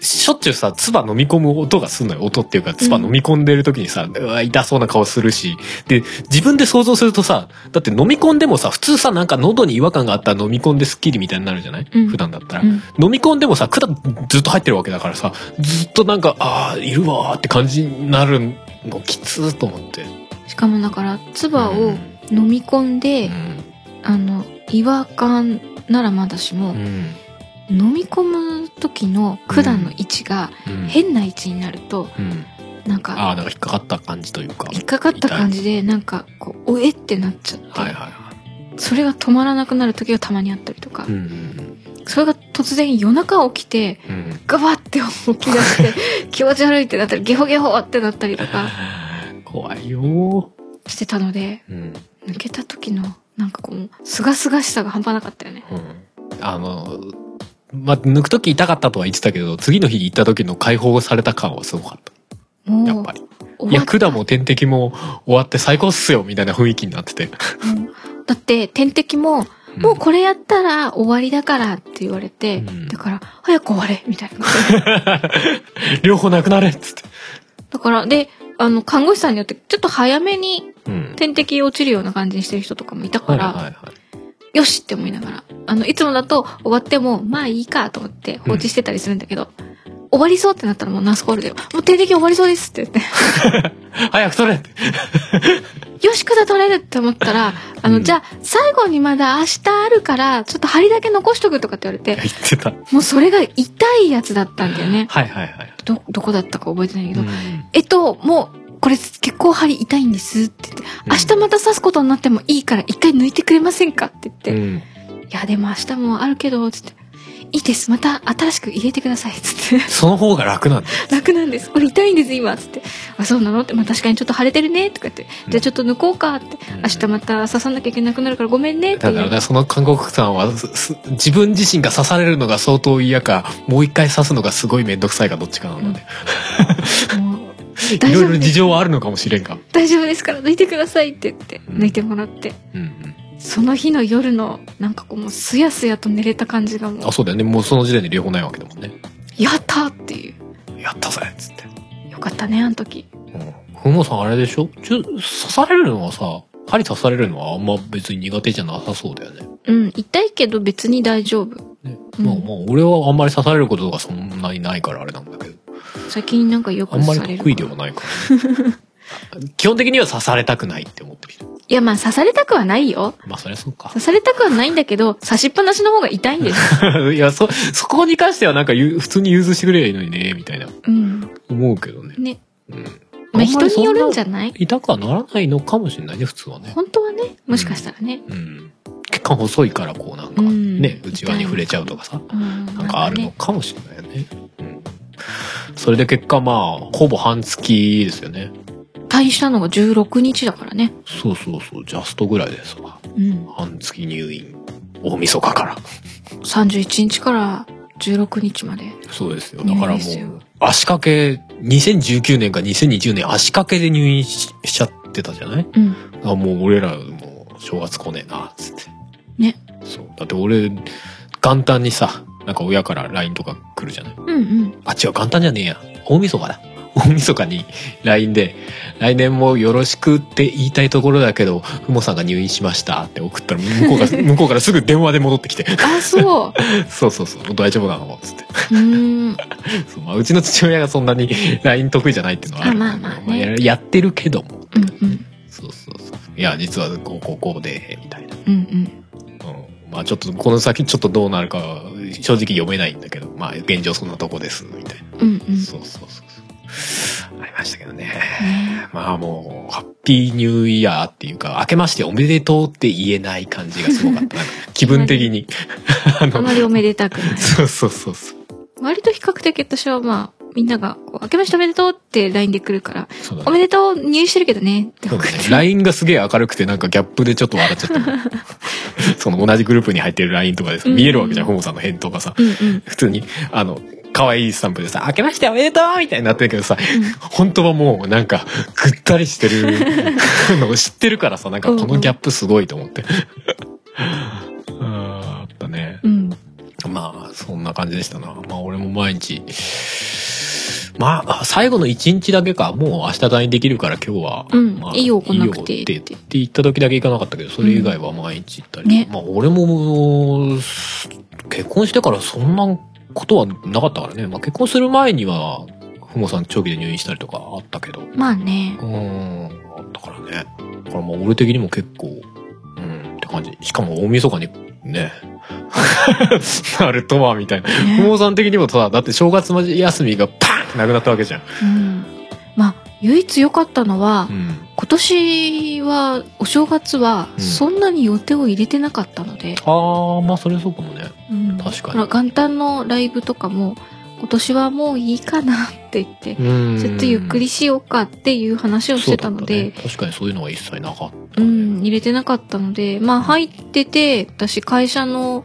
A: しょっちゅうさ、唾飲み込む音がすんのよ。音っていうか、唾飲み込んでる時にさ、うわ痛そうな顔するし。で、自分で想像するとさ、だって飲み込んでもさ、普通さ、なんか喉に違和感があったら飲み込んでスッキリみたいになるじゃない、
B: うん
A: 普段だったら。
B: うん。
A: 飲み込んでもさ、管ずっと入ってるわけだからさ、ずっとなんか、ああ、いるわーって感じになるのきつーと思って。
B: しかもだから、唾
A: う
B: を
A: ん
B: 飲み込んで、
A: う
B: あの、違和感ならまだしも、
A: ん。うん。
B: 飲み込む時の管の位置が
A: うん。
B: 変な位置になると、
A: うん
B: なんか、
A: ああ、なんか引っかかった感じというか。
B: 引っかかった感じで、なんか、こう、おえってなっちゃって、
A: はいはいは
B: それが止まらなくなる時がたまにあったりとか
A: い。う、ん。
B: それが突然夜中起きて、
A: うん。
B: ガバって起き出して、 気持ち悪いってなったり、ゲホゲホってなったりとか
A: 怖いよー。
B: してたので、
A: うん。
B: 抜けた時の、なんかこう、すがすがしさが半端なかったよね。
A: うんあの、まあ、抜くとき痛かったとは言ってたけど、次の日行った時の解放された感はすごかった。
B: もう、
A: やっぱり。
B: 終わ
A: いや、管も点滴も終わって最高っすよ、みたいな雰囲気になってて。
B: うんだって、点滴も、もうこれやったら終わりだからって言われて、
A: うん
B: だから、早く終われみたいな。
A: 両方なくなれっつって。
B: だから、で、あの、看護師さんによって、ちょっと早めに
A: うん。
B: 点滴落ちるような感じにしてる人とかもいた
A: は
B: か
A: いは
B: ら、
A: いはい。
B: よしって思いながら。あの、いつもだと終わっても、まあいいかと思って放置してたりするんだけど、終わりそうってなったらもうナースコールで、もう定滴終わりそうですって 言っ
A: 早く取れって。
B: て、よし、管取れるって思ったら、あの、
A: うん
B: じゃあ最後にまだ明日あるから、ちょっと針だけ残しとくとかって言われて、
A: 言ってた。はい
B: もうそれが痛いやつだったんだよね。
A: はいはい。
B: ど、どこだったか覚えてないけど、
A: うん
B: えっと、もう、これ結構針痛いんですって言って、
A: うん
B: 明日また刺すことになってもいいから一回抜いてくれませんかって言って、
A: うん
B: いや、でも明日もあるけど、つって。いいです。また新しく入れてくだ さい。つっ
A: その方が楽なんだよ。
B: て。楽なんです。これ痛いんです、今。つって。あ、そうなのって。まあ確かにちょっと腫れてるね。とか言って。じゃあちょっと抜こうか。って。
A: うん
B: 明日また刺さなきゃいけなくなるからごめんね。って
A: な
B: 言
A: んだろう
B: いなが
A: ね、
B: ら。
A: その韓国さんは、すす自分自身が刺されるのが相当嫌か、もう一回刺すのがすごいめんどくさいかどっちかなので、
B: もう
A: い
B: 大
A: ろい
B: 丈夫
A: ろ
B: で
A: 事
B: す。
A: 情はあるのかもしれんが。
B: 大丈夫ですから抜いてください。って言って。
A: うん
B: 抜いてもらって。
A: うん
B: その日の夜の、なんかこう、もうすやすやと寝れた感じが
A: う
B: も
A: ん。あ、そうだよね。もうその時点で両方ないわけだもんね。
B: う、やったってい
A: やったぜっつって。
B: う。よかったね、あの時。
A: うん。ふもさんあれでしょちょ刺されるのはさ、針刺されるのはあんま別に苦手じゃなさそうだよね。
B: うん、痛いけど別に大丈夫。
A: ね
B: うん
A: まあまあ、俺はあんまり刺されることがそんなにないからあれなんだけど。
B: 最近なんかよく
A: あんま
B: される。
A: り得意ではないから、ね。基本的には刺されたくないって思ってる。
B: いやまあ刺されたくはないよ。
A: まあそりゃそうか。
B: 刺されたくはないんだけど、刺しっぱなしの方が痛いんです。
A: いや、そ、そこに関してはなんかゆ普通に融通してくれりゃいいのにね、みたいな。
B: うん。
A: 思うけどね。
B: ね。
A: うん。
B: まあ
A: あんま
B: 人
A: りそ
B: に
A: んな
B: よるんじゃない
A: 痛くはならないのかもしれないね、普通はね。
B: 本当はね、もしかしたらね。
A: うん。血管細いからこうなんか、
B: うん
A: ね、内輪に触れちゃうとかさ。
B: うん。
A: なんかあるの
B: ね。
A: かもしれないよね。うん。それで結果まあ、ほぼ半月ですよね。
B: 退院したのが16日だからね。
A: そうそうそう、ジャストぐらいでさ、
B: うん。
A: 半月入院。大晦日から。
B: 31日から16日まで。
A: そうですよ。だ
B: 入
A: から
B: 院
A: も
B: ですよ
A: う、足掛け、2019年か2020年足掛けで入院ししちゃってたじゃない
B: うん。
A: あ、もう俺らもう正月来ねえな、つって。
B: ね。
A: そう。だって俺、元旦にさ、なんか親から LINE とか来るじゃない
B: うんうん。
A: あ、違う、元旦じゃねえや。大晦日だ。大晦日に LINE で、来年もよろしくって言いたいところだけど、ふもさんが入院しましたって送ったら、向こうが、向こうからすぐ電話で戻ってきて、
B: あ、 そう。
A: そうそうそう、大丈夫なのつって。
B: うーん。
A: そうまあ、うちの父親がそんなに LINE 得意じゃないっていうのはあるんだけど
B: あまあまあね
A: ややってるけども。
B: うんうん。
A: そうそうそう。いや、実はこう、こう、こうで、みたいな。
B: うんうん。
A: うん。まあちょっと、この先ちょっとどうなるかは、正直読めないんだけど、まあ現状そんなとこです、みたいな。
B: うん うん。
A: そうそうそうそう。ありましたけどね。
B: ね
A: まあもう、ハッピーニューイヤーっていうか、明けましておめでとうって言えない感じがすごかった。なんか気分 的に。あ
B: あ
A: の、
B: まりおめでたくない。
A: そうそうそうそう。
B: 割と比較的私はまあ、みんなが、こう、明けましておめでとうって LINE で来るから、
A: そうだ
B: お
A: ね。
B: めでとう入院してるけどね、って
A: そ
B: 送
A: う
B: っ
A: だ
B: て。
A: ね。LINE がすげえ明るくて、なんかギャップでちょっと笑っちゃった。 その同じグループに入ってる LINE とかでさ、見えるわけじゃん、
B: うん
A: ホモさんの返答がさ。
B: うんうん。
A: 普通に、あの、可愛いスタンプでさ、明けましておめでとうみたいになってるけどさ、本当はもうなんか、ぐったりしてる のを知ってるからさ、なんかこのギャップすごいと思って。 あーあったね。
B: うん。
A: まあ、そんな感じでしたな。まあ、俺も毎日、まあ、最後の一日だけか、もう明日退院できるから今日は、
B: うん
A: まあ
B: いいよ来なくて
A: いいよってって言った時だけ行かなかったけど、それ以外は毎日行ったり。
B: うんね
A: まあ、俺ももう、結婚してからそんなことはなかったからね。まあ、結婚する前には、ふもさん長期で入院したりとかあったけど、う
B: まあね。
A: ーん、あったからね。だからまあ、俺的にも結構、うん、って感じ。しかも大晦日に、ね、 なるとは、みたいな。不
B: ね
A: 毛さん的にもさ、だって正月休みがパーンってなくなったわけじゃん。
B: うん。まあ、唯一良かったのは
A: う、ん。
B: 今年は、お正月は、
A: うん
B: そんなに予定を入れてなかったので、
A: ああ、まあそれそうかもね。
B: うん。
A: 確かに
B: ほら元旦のライブとかも、今年はもういいかなって言って、
A: うん。
B: ちょっとゆっくりしようかっていう話をしてたの
A: そ
B: で、
A: うだったね確かにそういうのは一切なかった
B: う
A: ね。
B: ん、入れてなかったので、まあ入ってて、私会社の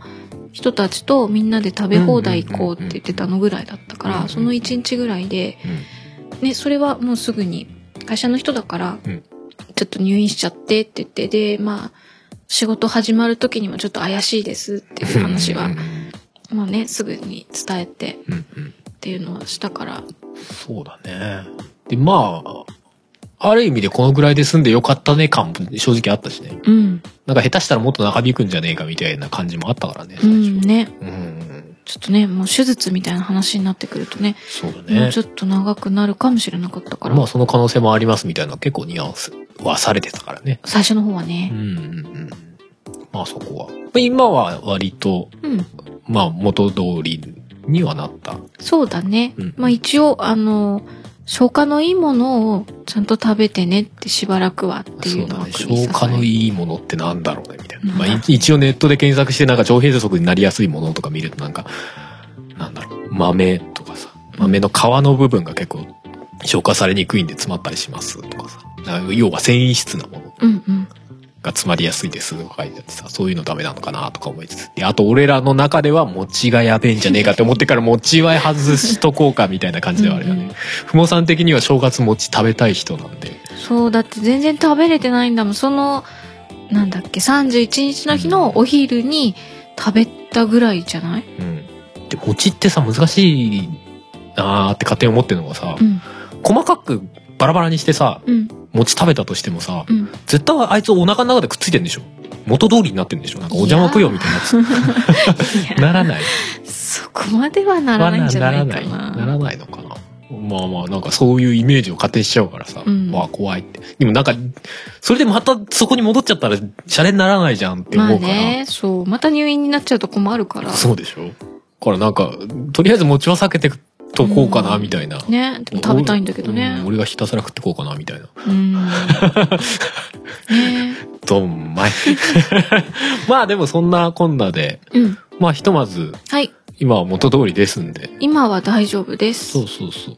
B: 人たちとみんなで食べ放題行こうって言ってたのぐらいだったか
A: うんうんうんう
B: ら、
A: ん
B: その1日ぐらいで、ね、それはもうすぐに会社の人だから
A: うん、
B: ちょっと入院しちゃってって言って、で、まあ、仕事始まる時にもちょっと怪しいですっていう話
A: う
B: は
A: ん、
B: もうね、すぐに伝えて
A: うんうん。
B: っていうのはしたから、
A: そうだね。で、まあ、ある意味でこのぐらいで済んでよかったね感も正直あったしね。
B: うん、
A: なんか下手したらもっと長引くんじゃねえかみたいな感じもあったからね、
B: う
A: 最初。
B: んね、
A: うん。
B: ちょっとね、もう手術みたいな話になってくるとね、
A: そうだ
B: もう
A: ね
B: ち。ょっと長くなるかもしれなかったから、
A: まあその可能性もありますみたいな結構ニュアンスはされてたからね。
B: 最初の方は
A: うん
B: ね。
A: うんうん。まあそこは。まあ今は割と、
B: うん。
A: まあ元通りにはなった。
B: そうだね。
A: うん
B: まあ一応、あの、消化のいいものをちゃんと食べてねってしばらくはってい
A: そう
B: うの
A: だ
B: は
A: ね。消化の
B: い。
A: いいものってなんだろうね、みたいな。
B: うん
A: まあい一応ネットで検索してなんか腸閉塞になりやすいものとか見るとなんか、なんだろう、豆とかさ、豆の皮の部分が結構消化されにくいんで詰まったりしますとかさ。なんか要は繊維質なもの
B: うんうん。
A: が詰まりやすいですとか書いてあってさ、そういうのダメなのかなとか思いつつ。で、あと俺らの中では餅がやべえんじゃねえかって思ってから餅は外しとこうかみたいな感じではあるよ
B: うんう
A: ね。ふもさん的には正月餅食べたい人なんで。
B: そう、だって全然食べれてないんだもん。その、なんだっけ、31日の日のお昼に食べたぐらいじゃない
A: うん。で、餅ってさ、難しいなーって勝手に思ってるのがさ
B: う、ん。
A: 細かくバラバラにしてさ、
B: うん。
A: 餅食べたとしてもさ、
B: うん。
A: 絶対あいつお腹の中でくっついてんでしょ元通りになってんでしょなんかお邪魔供養みたいなやつ。
B: いや
A: ならない。
B: そこまではならないんじゃないかな。
A: ならない。ならないのかな。まあまあ、なんかそういうイメージを仮定しちゃうからさ、
B: うん
A: わあ怖いって。でもなんか、それでまたそこに戻っちゃったら、シャレにならないじゃんって
B: まあ
A: 思うから。
B: ね、そう。また入院になっちゃうと困るから。
A: そうでしょからなんか、とりあえず餅は避けてとこうかな、
B: うん
A: みたいな。
B: ね。でも食べたいんだけどね
A: うん。俺がひたすら食ってこうかな、みたいな。
B: うん。ね
A: どんまい。 まあでもそんなこんなで、
B: うん。
A: まあひとまず、
B: はい。
A: 今は元通りですんで。
B: 今は大丈夫です。
A: そうそうそう。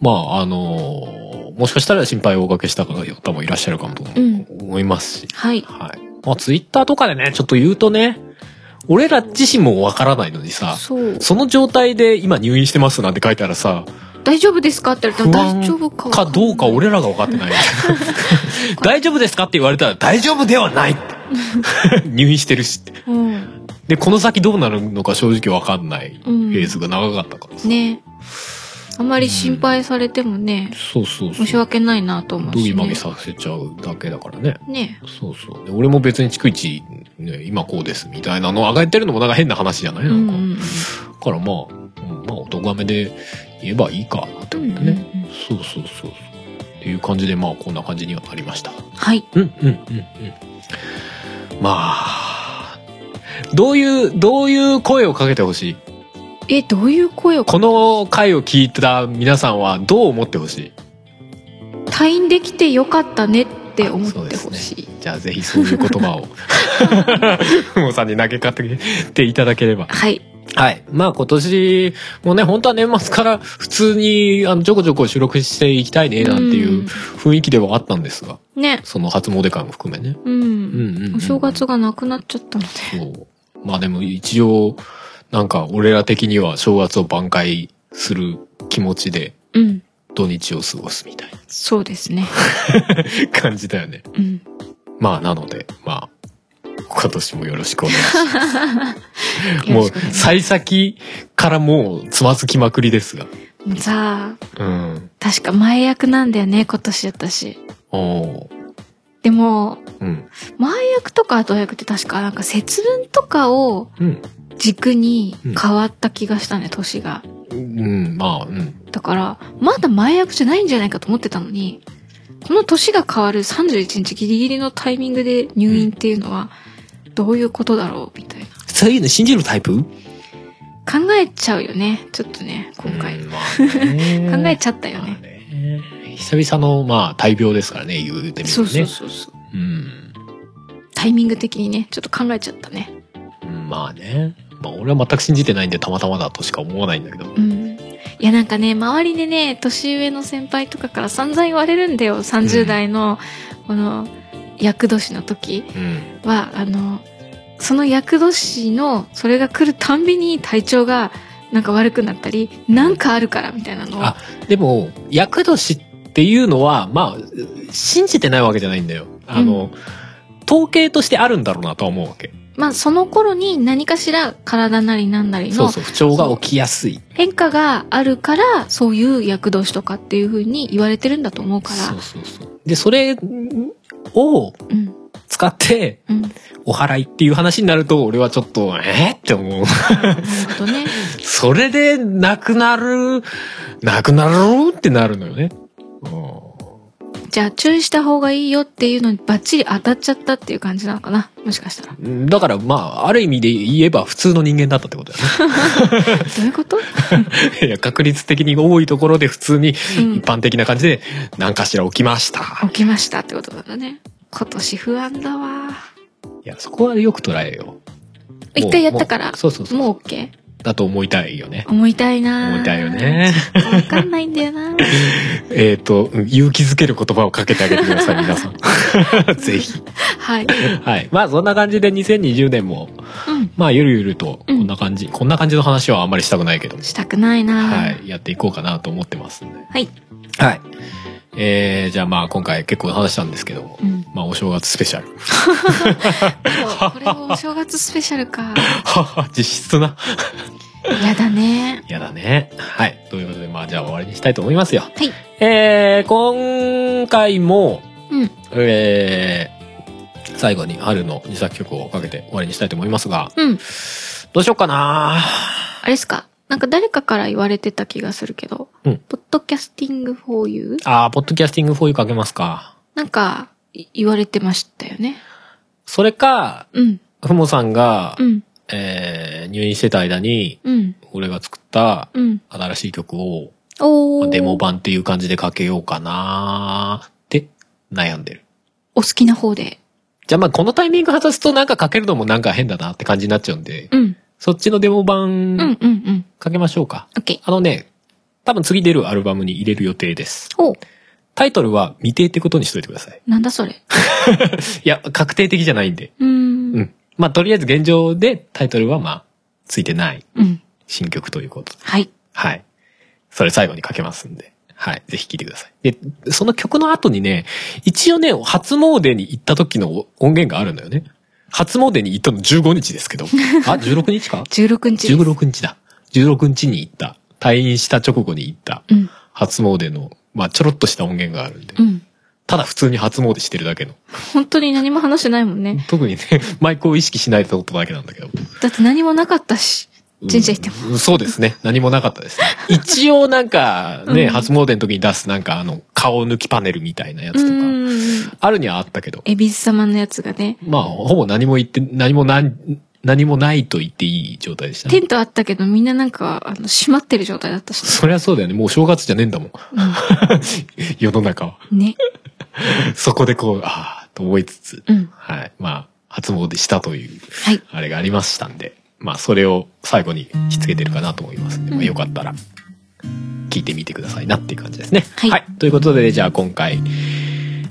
A: まあ、あのーもしかしたら心配をおかけした方もいらっしゃるかもと
B: うん
A: 思いますし。
B: はい。
A: はい。まあ、ツイッターとかでね、ちょっと言うとね、俺ら自身もわからないのにさ、
B: そう。
A: その状態で今入院してますなんて書いたらさ、
B: 大丈夫ですかって言われたら
A: 不安
B: 大丈夫か
A: かどうか俺らが分かって ない。大丈夫ですかって言われたら大丈夫ではないって 入院してるしって。
B: うん。
A: で、この先どうなるのか正直分かんないフ
B: うん
A: ェーズが長かったからさ。
B: ねあまり心配されてもね、
A: そうそうそう。
B: 申し訳ないなと思う
A: どぎ
B: し
A: まぎ
B: ね。
A: させちゃうだけだからね。
B: ね
A: そうそう。で俺も別に逐一、ね、今こうですみたいなのを上げてるのもなんか変な話じゃない
B: うん
A: な
B: うん
A: か。
B: ん
A: だからまあ、うんまあ、お咎めで言えばいいかなって
B: うん。
A: 思
B: う
A: うんんだ
B: うんう
A: ね。
B: ん
A: そうそうそうそう。っていう感じで、まあ、こんな感じにはなりました。
B: はい。
A: うん、うん、うん、うん。まあ、どういう、どういう声をかけてほしい
B: え、どういう声を
A: この回を聞いた皆さんはどう思ってほしい
B: 退院できてよかったねって思ってほしい。
A: じゃあぜひそういう言葉 を、ふもさんに投げかけていただければ。
B: はい。
A: はい。まあ今年もね、本当は年末から普通にあのちょこちょこ収録していきたいね、なんていう雰囲気ではあったんですが、
B: うん。ね。
A: その初詣会も含めね。
B: う
A: うん
B: ん。
A: うん、うん。
B: お正月がなくなっちゃったので。
A: そう。まあでも一応、なんか俺ら的には正月を挽回する気持ちで
B: うん。
A: 土日を過ごすみたい
B: そうですね。
A: な感じだよね。
B: うん。
A: まあなので、まあ、今年もよろしくお願いします。
B: よ
A: も
B: ろ
A: う
B: しくお願いします
A: 幸先からもうつまずきまくりですが。
B: もうさあ、
A: うん。
B: 確か前役なんだよね、今年私。
A: おー
B: でも、
A: うん。
B: 前役とか後役って確かなんか節分とかを
A: うん。
B: 軸に変わった気がしたね、年が。
A: うん、まあ、うん。
B: だから、まだ前役じゃないんじゃないかと思ってたのに、この年が変わる31日ギリギリのタイミングで入院っていうのは、どういうことだろうみたいな。
A: そういうの信じるタイプ
B: 考えちゃうよね、ちょっとね、今回。
A: うんまあね、
B: 考えちゃったよ
A: まあ
B: ね。
A: ね久々の、まあ、大病ですからね、言うてみるとね。
B: そうそうそうそう。
A: うん。
B: タイミング的にね、ちょっと考えちゃったね。
A: うんまあね。まあ、俺は全く信じてないんで、たまたまだとしか思わないんだけど。
B: うん。いやなんかね、周りでね、年上の先輩とかから散々言われるんだよ。
A: う
B: 30
A: ん
B: 代の、この、厄年の時
A: うん。
B: は、あの、その厄年の、それが来るたんびに体調が、なんか悪くなったり、なんかあるからみたいなのを。
A: あでも、厄年っていうのは、まあ、信じてないわけじゃないんだよ。あの、統計としてあるんだろうなとは思うわけ。
B: まあその頃に何かしら体なりなんなり
A: そう
B: の
A: そう、不調が起きやすい。
B: 変化があるから、そういう厄年とかっていう風に言われてるんだと思うか
A: そう
B: ら。
A: そうそう。で、それを
B: うん。
A: 使って、
B: うん。なる
A: お払いっていう話になると、俺はちょっと、えーって思う。
B: ほどね。
A: それで、なくなる、なくなるってなるのよね。う
B: じゃあ注意した方がいいよっていうのにバッチリ当たっちゃったっていう感じなのかなもしかしたら。
A: んだから、まあ、ある意味で言えば普通の人間だったってことだよ
B: どういうこと
A: ね。い や、確率的に多いところで普通に
B: うん
A: 一般的な感じで、何かしら起きました
B: 起。きましたってことだね。今年不安だわ。
A: いや、そこはよく捉えよう。
B: 一回やったから
A: もう、そうそうそう。
B: もう OK?
A: だと思いたいよね。
B: 思いたいな
A: 思いたいよ。ね。
B: わかんないんだよな
A: えっと、うん勇気づける言葉をかけてあげてください、皆さん。 ぜひ。
B: はい。
A: はい。まあそんな感じで2020年も、
B: うん。
A: まあゆるゆるとこ
B: うん
A: んな感じ、こんな感じの話はあんまりしたくないけども、
B: したくないな
A: はい。やっていこうかなと思ってますんで。
B: はい。
A: はい。えー、じゃあまあ今回結構話したんですけども、
B: うん。
A: まあお正月スペシャル。
B: そうこれをお正月スペシャ ルか。
A: はは、実質な。
B: やだね。
A: やだね。はい。ということでまあじゃあ終わりにしたいと思いますよ。
B: はい。
A: えー、今回も、
B: うん。
A: えー、最後に春の2作曲をかけて終わりにしたいと思いますが、
B: うん。
A: どうしようかな
B: あれですかなんか誰かから言われてた気がするけど、
A: うん
B: ポッドキャスティング for you?
A: ああ、ポッドキャスティング4 u かけますか。
B: なんか、い言われてましたよね。
A: それか、
B: うん、
A: ふもさんが、
B: うん、
A: えー、入院してた間に、
B: うん、
A: 俺が作った
B: うん。
A: 新しい曲を、
B: おー。
A: デモ版っていう感じでかけようかなーって悩んでる。
B: お好きな方で。
A: じゃあまあこのタイミング外すとなんかかけるのもなんか変だなって感じになっちゃうんで、
B: うん、
A: そっちのデモ
B: うん、うん、
A: 版
B: うん。
A: かけましょうか。
B: オッケー。
A: あのね、多分次出るアルバムに入れる予定です。
B: おー
A: タイトルは未定ってことにしといてください。
B: なんだそれ。
A: いや、確定的じゃないんで。
B: うーん。
A: うん。まあ、とりあえず現状でタイトルはまあ、ついてない
B: うん。
A: 新曲ということで。
B: はい。
A: はい。それ最後にかけますんで。はい。ぜひ聴いてください。で、その曲の後にね、一応ね、初詣に行った時の音源があるのよね。初詣に行ったの15日ですけ ど。あ、16日か
B: 16日です。
A: ?16 日だ。16日に行った。退院した直後に行った。
B: うん、
A: 初詣の、まあ、ちょろっとした音源があるんで
B: う。ん。
A: ただ普通に初詣してるだけの。
B: 本当に何も話してないもんね。
A: 特にね、マイクを意識しないことだけなんだけど。
B: だって何もなかったし。神社行っても。
A: も。そうですね。何もなかった ですね。一応なんかね、
B: うん
A: 初詣の時に出すなんかあの、顔抜きパネルみたいなや
B: う
A: つとか、
B: ーん。
A: あるにはあったけど、
B: エビス様のやつがね。
A: まあ、ほぼ何も言って、何もなん、何もないと言っていい状態でした
B: テ
A: ね。
B: ントあったけど、みんななんか、あの、閉まってる状態だったし
A: そりゃそうだよね。もう正月じゃねえんだもん。世の中は。
B: ね。ね。
A: そこでこう、ああ、と思いつつ、
B: うん。
A: はい。まあ、初詣したという、
B: はい。
A: あれがありましたんで、まあ、それを最後にひっつけてるかなと思いますんで、まあ、
B: うん
A: よかったら、聞いてみてくださいなっていう感じですね。
B: はい
A: ということで、じゃあ今回、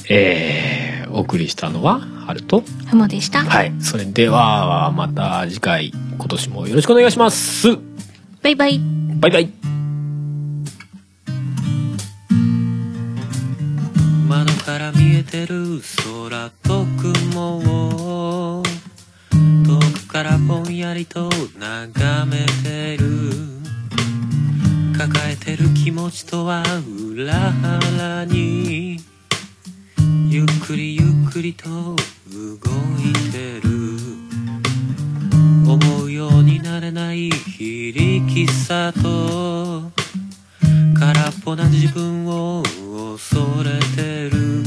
A: えー、お送りしたのは、ハルと。
B: ふもでした。
A: はい。それでは、また次回、今年もよろしくお願いします。
B: バイバイ。
A: バイバイ。
C: 窓から見えてる空と雲を遠くからぼんやりと眺めてる抱えてる気持ちとは裏腹にゆっくりゆっくりと動いてる思うようになれない非力さと空っぽな自分を恐れてる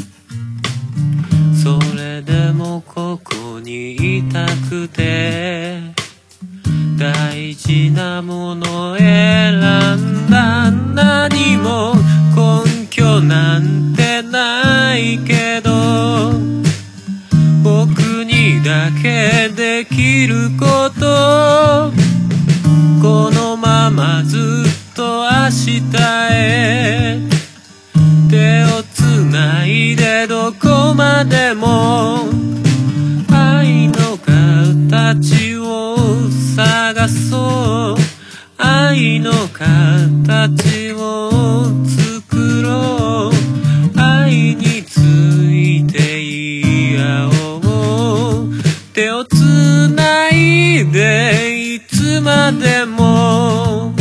C: それでもここにいたくて大事なもの選んだ何も根拠なんてないけど僕にだけできることこのままずっと明日へ手をつないでどこまでも愛の形を探そう愛の形を作ろう愛についてい合おう手をつないでいつまでも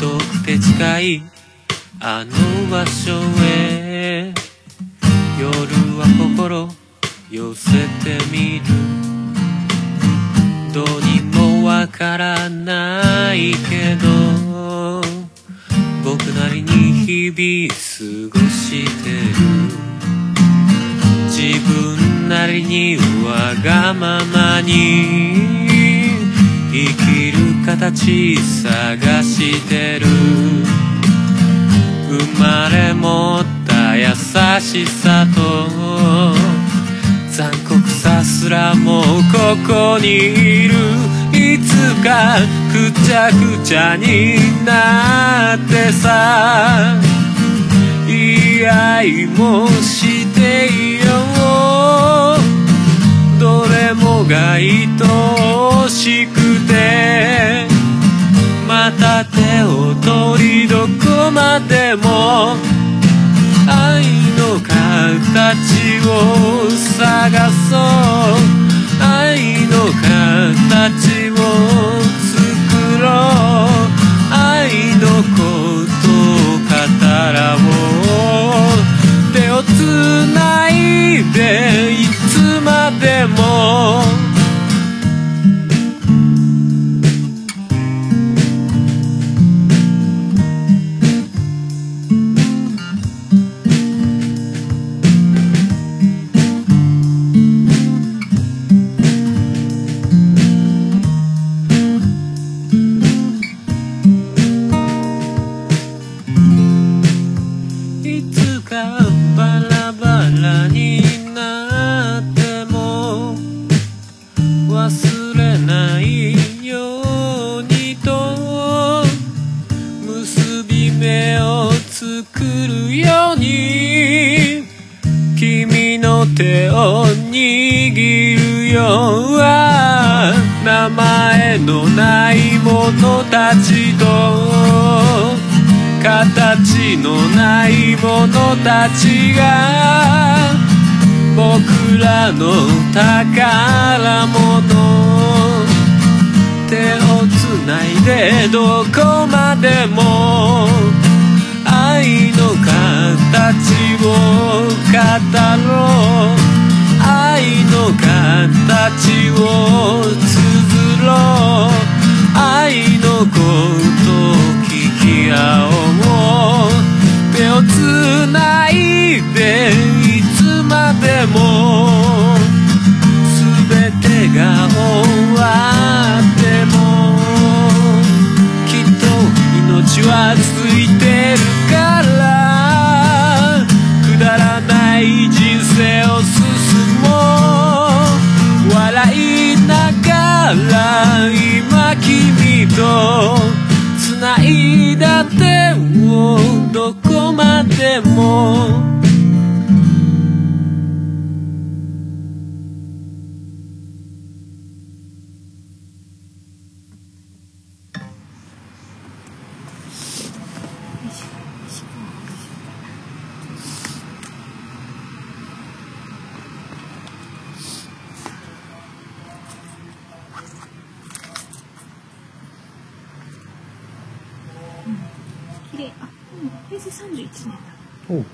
C: 遠くて近いあの場所へ夜は心寄せてみるどうにもわからないけど僕なりに日々過ごしてる自分なりにわがままに生きる形探してる生まれ持った優しさと残酷さすらもうここにいるいつかくちゃくちゃになってさ言い合いもしていようどれもが愛おしくてまた手を取りどこまでも愛愛の形を探そう愛の形を作ろう愛のことを語らおう手をつないでいつまでもいつかバラバラになっても忘れないようにと結び目を作るように君の手を握るよは名前のないものたちと形のないものたちが僕らの宝物手をつないでどこまでも愛の形を語ろう愛の形を綴ろう愛のことを聞き合おう手をつないでいつまでも全てが終わってもきっと命はついてるからくだらない人生を進もう笑いながら今君とつないだ手をどこまでも
B: 綺麗あうん平成31年だ
A: おう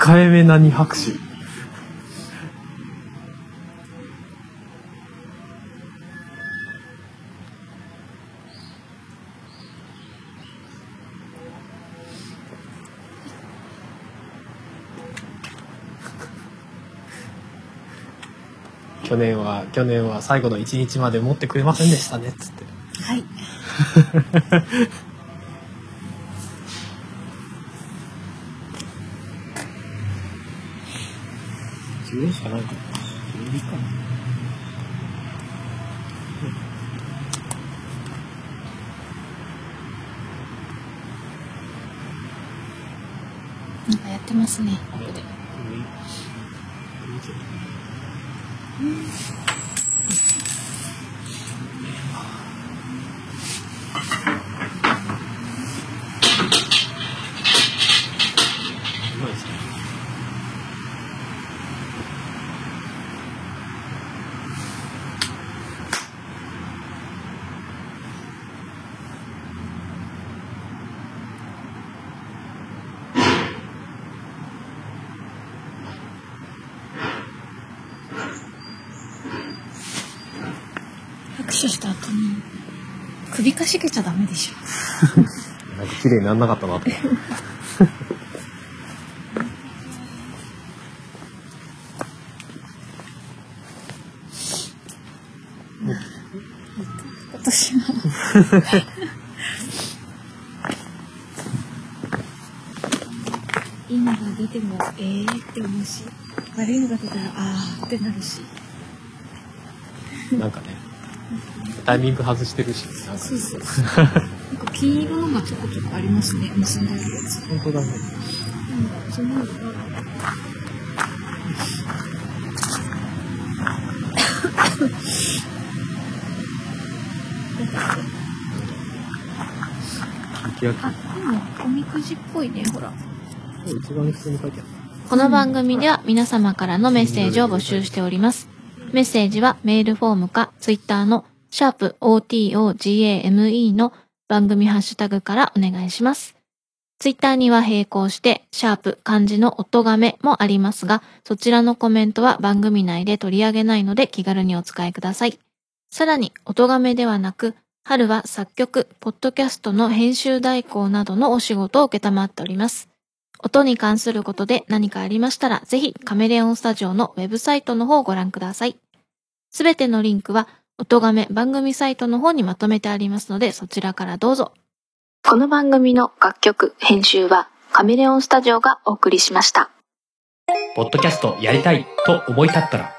A: 控えめな二拍手。去年は去年は最後の一日まで持ってくれませんでしたねっつって。
B: はい
A: 十円しかないかな。十円かな。
B: なんかやってますねここで拍手した後に首かしげちゃダメでしょ
A: なんか綺麗になんなかったなと思って。
B: 今年は今が出てもええー、って思うし悪いのが出たらああってなるし
A: なんかね、タイミング外してるし、なんか、
D: そうそう そう。なんか金色のがちょこちょこありますね。結んでるやつ。
A: 本当だね。
D: うん、そんなのが。
A: 雪焼き。
D: あ、でも、おみくじっぽいね、ほら。
A: 一番普通に書いてある。
B: この番組では皆様からのメッセージを募集しております。メッセージはメールフォームかツイッターのシャープ o t o g a m e の番組ハッシュタグからお願いします。ツイッターには並行して、シャープ漢字の音亀もありますが、そちらのコメントは番組内で取り上げないので気軽にお使いください。さらに、音亀ではなく、春は作曲、ポッドキャストの編集代行などのお仕事を受けたまっております。音に関することで何かありましたら、ぜひカメレオンスタジオのウェブサイトの方をご覧ください。すべてのリンクは、音亀番組サイトの方にまとめてありますので、そちらからどうぞ。この番組の楽曲、編集は、カメレオンスタジオがお送りしました。
E: ポッドキャストやりたいと思い立ったら、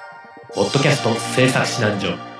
E: ポッドキャスト制作指南所。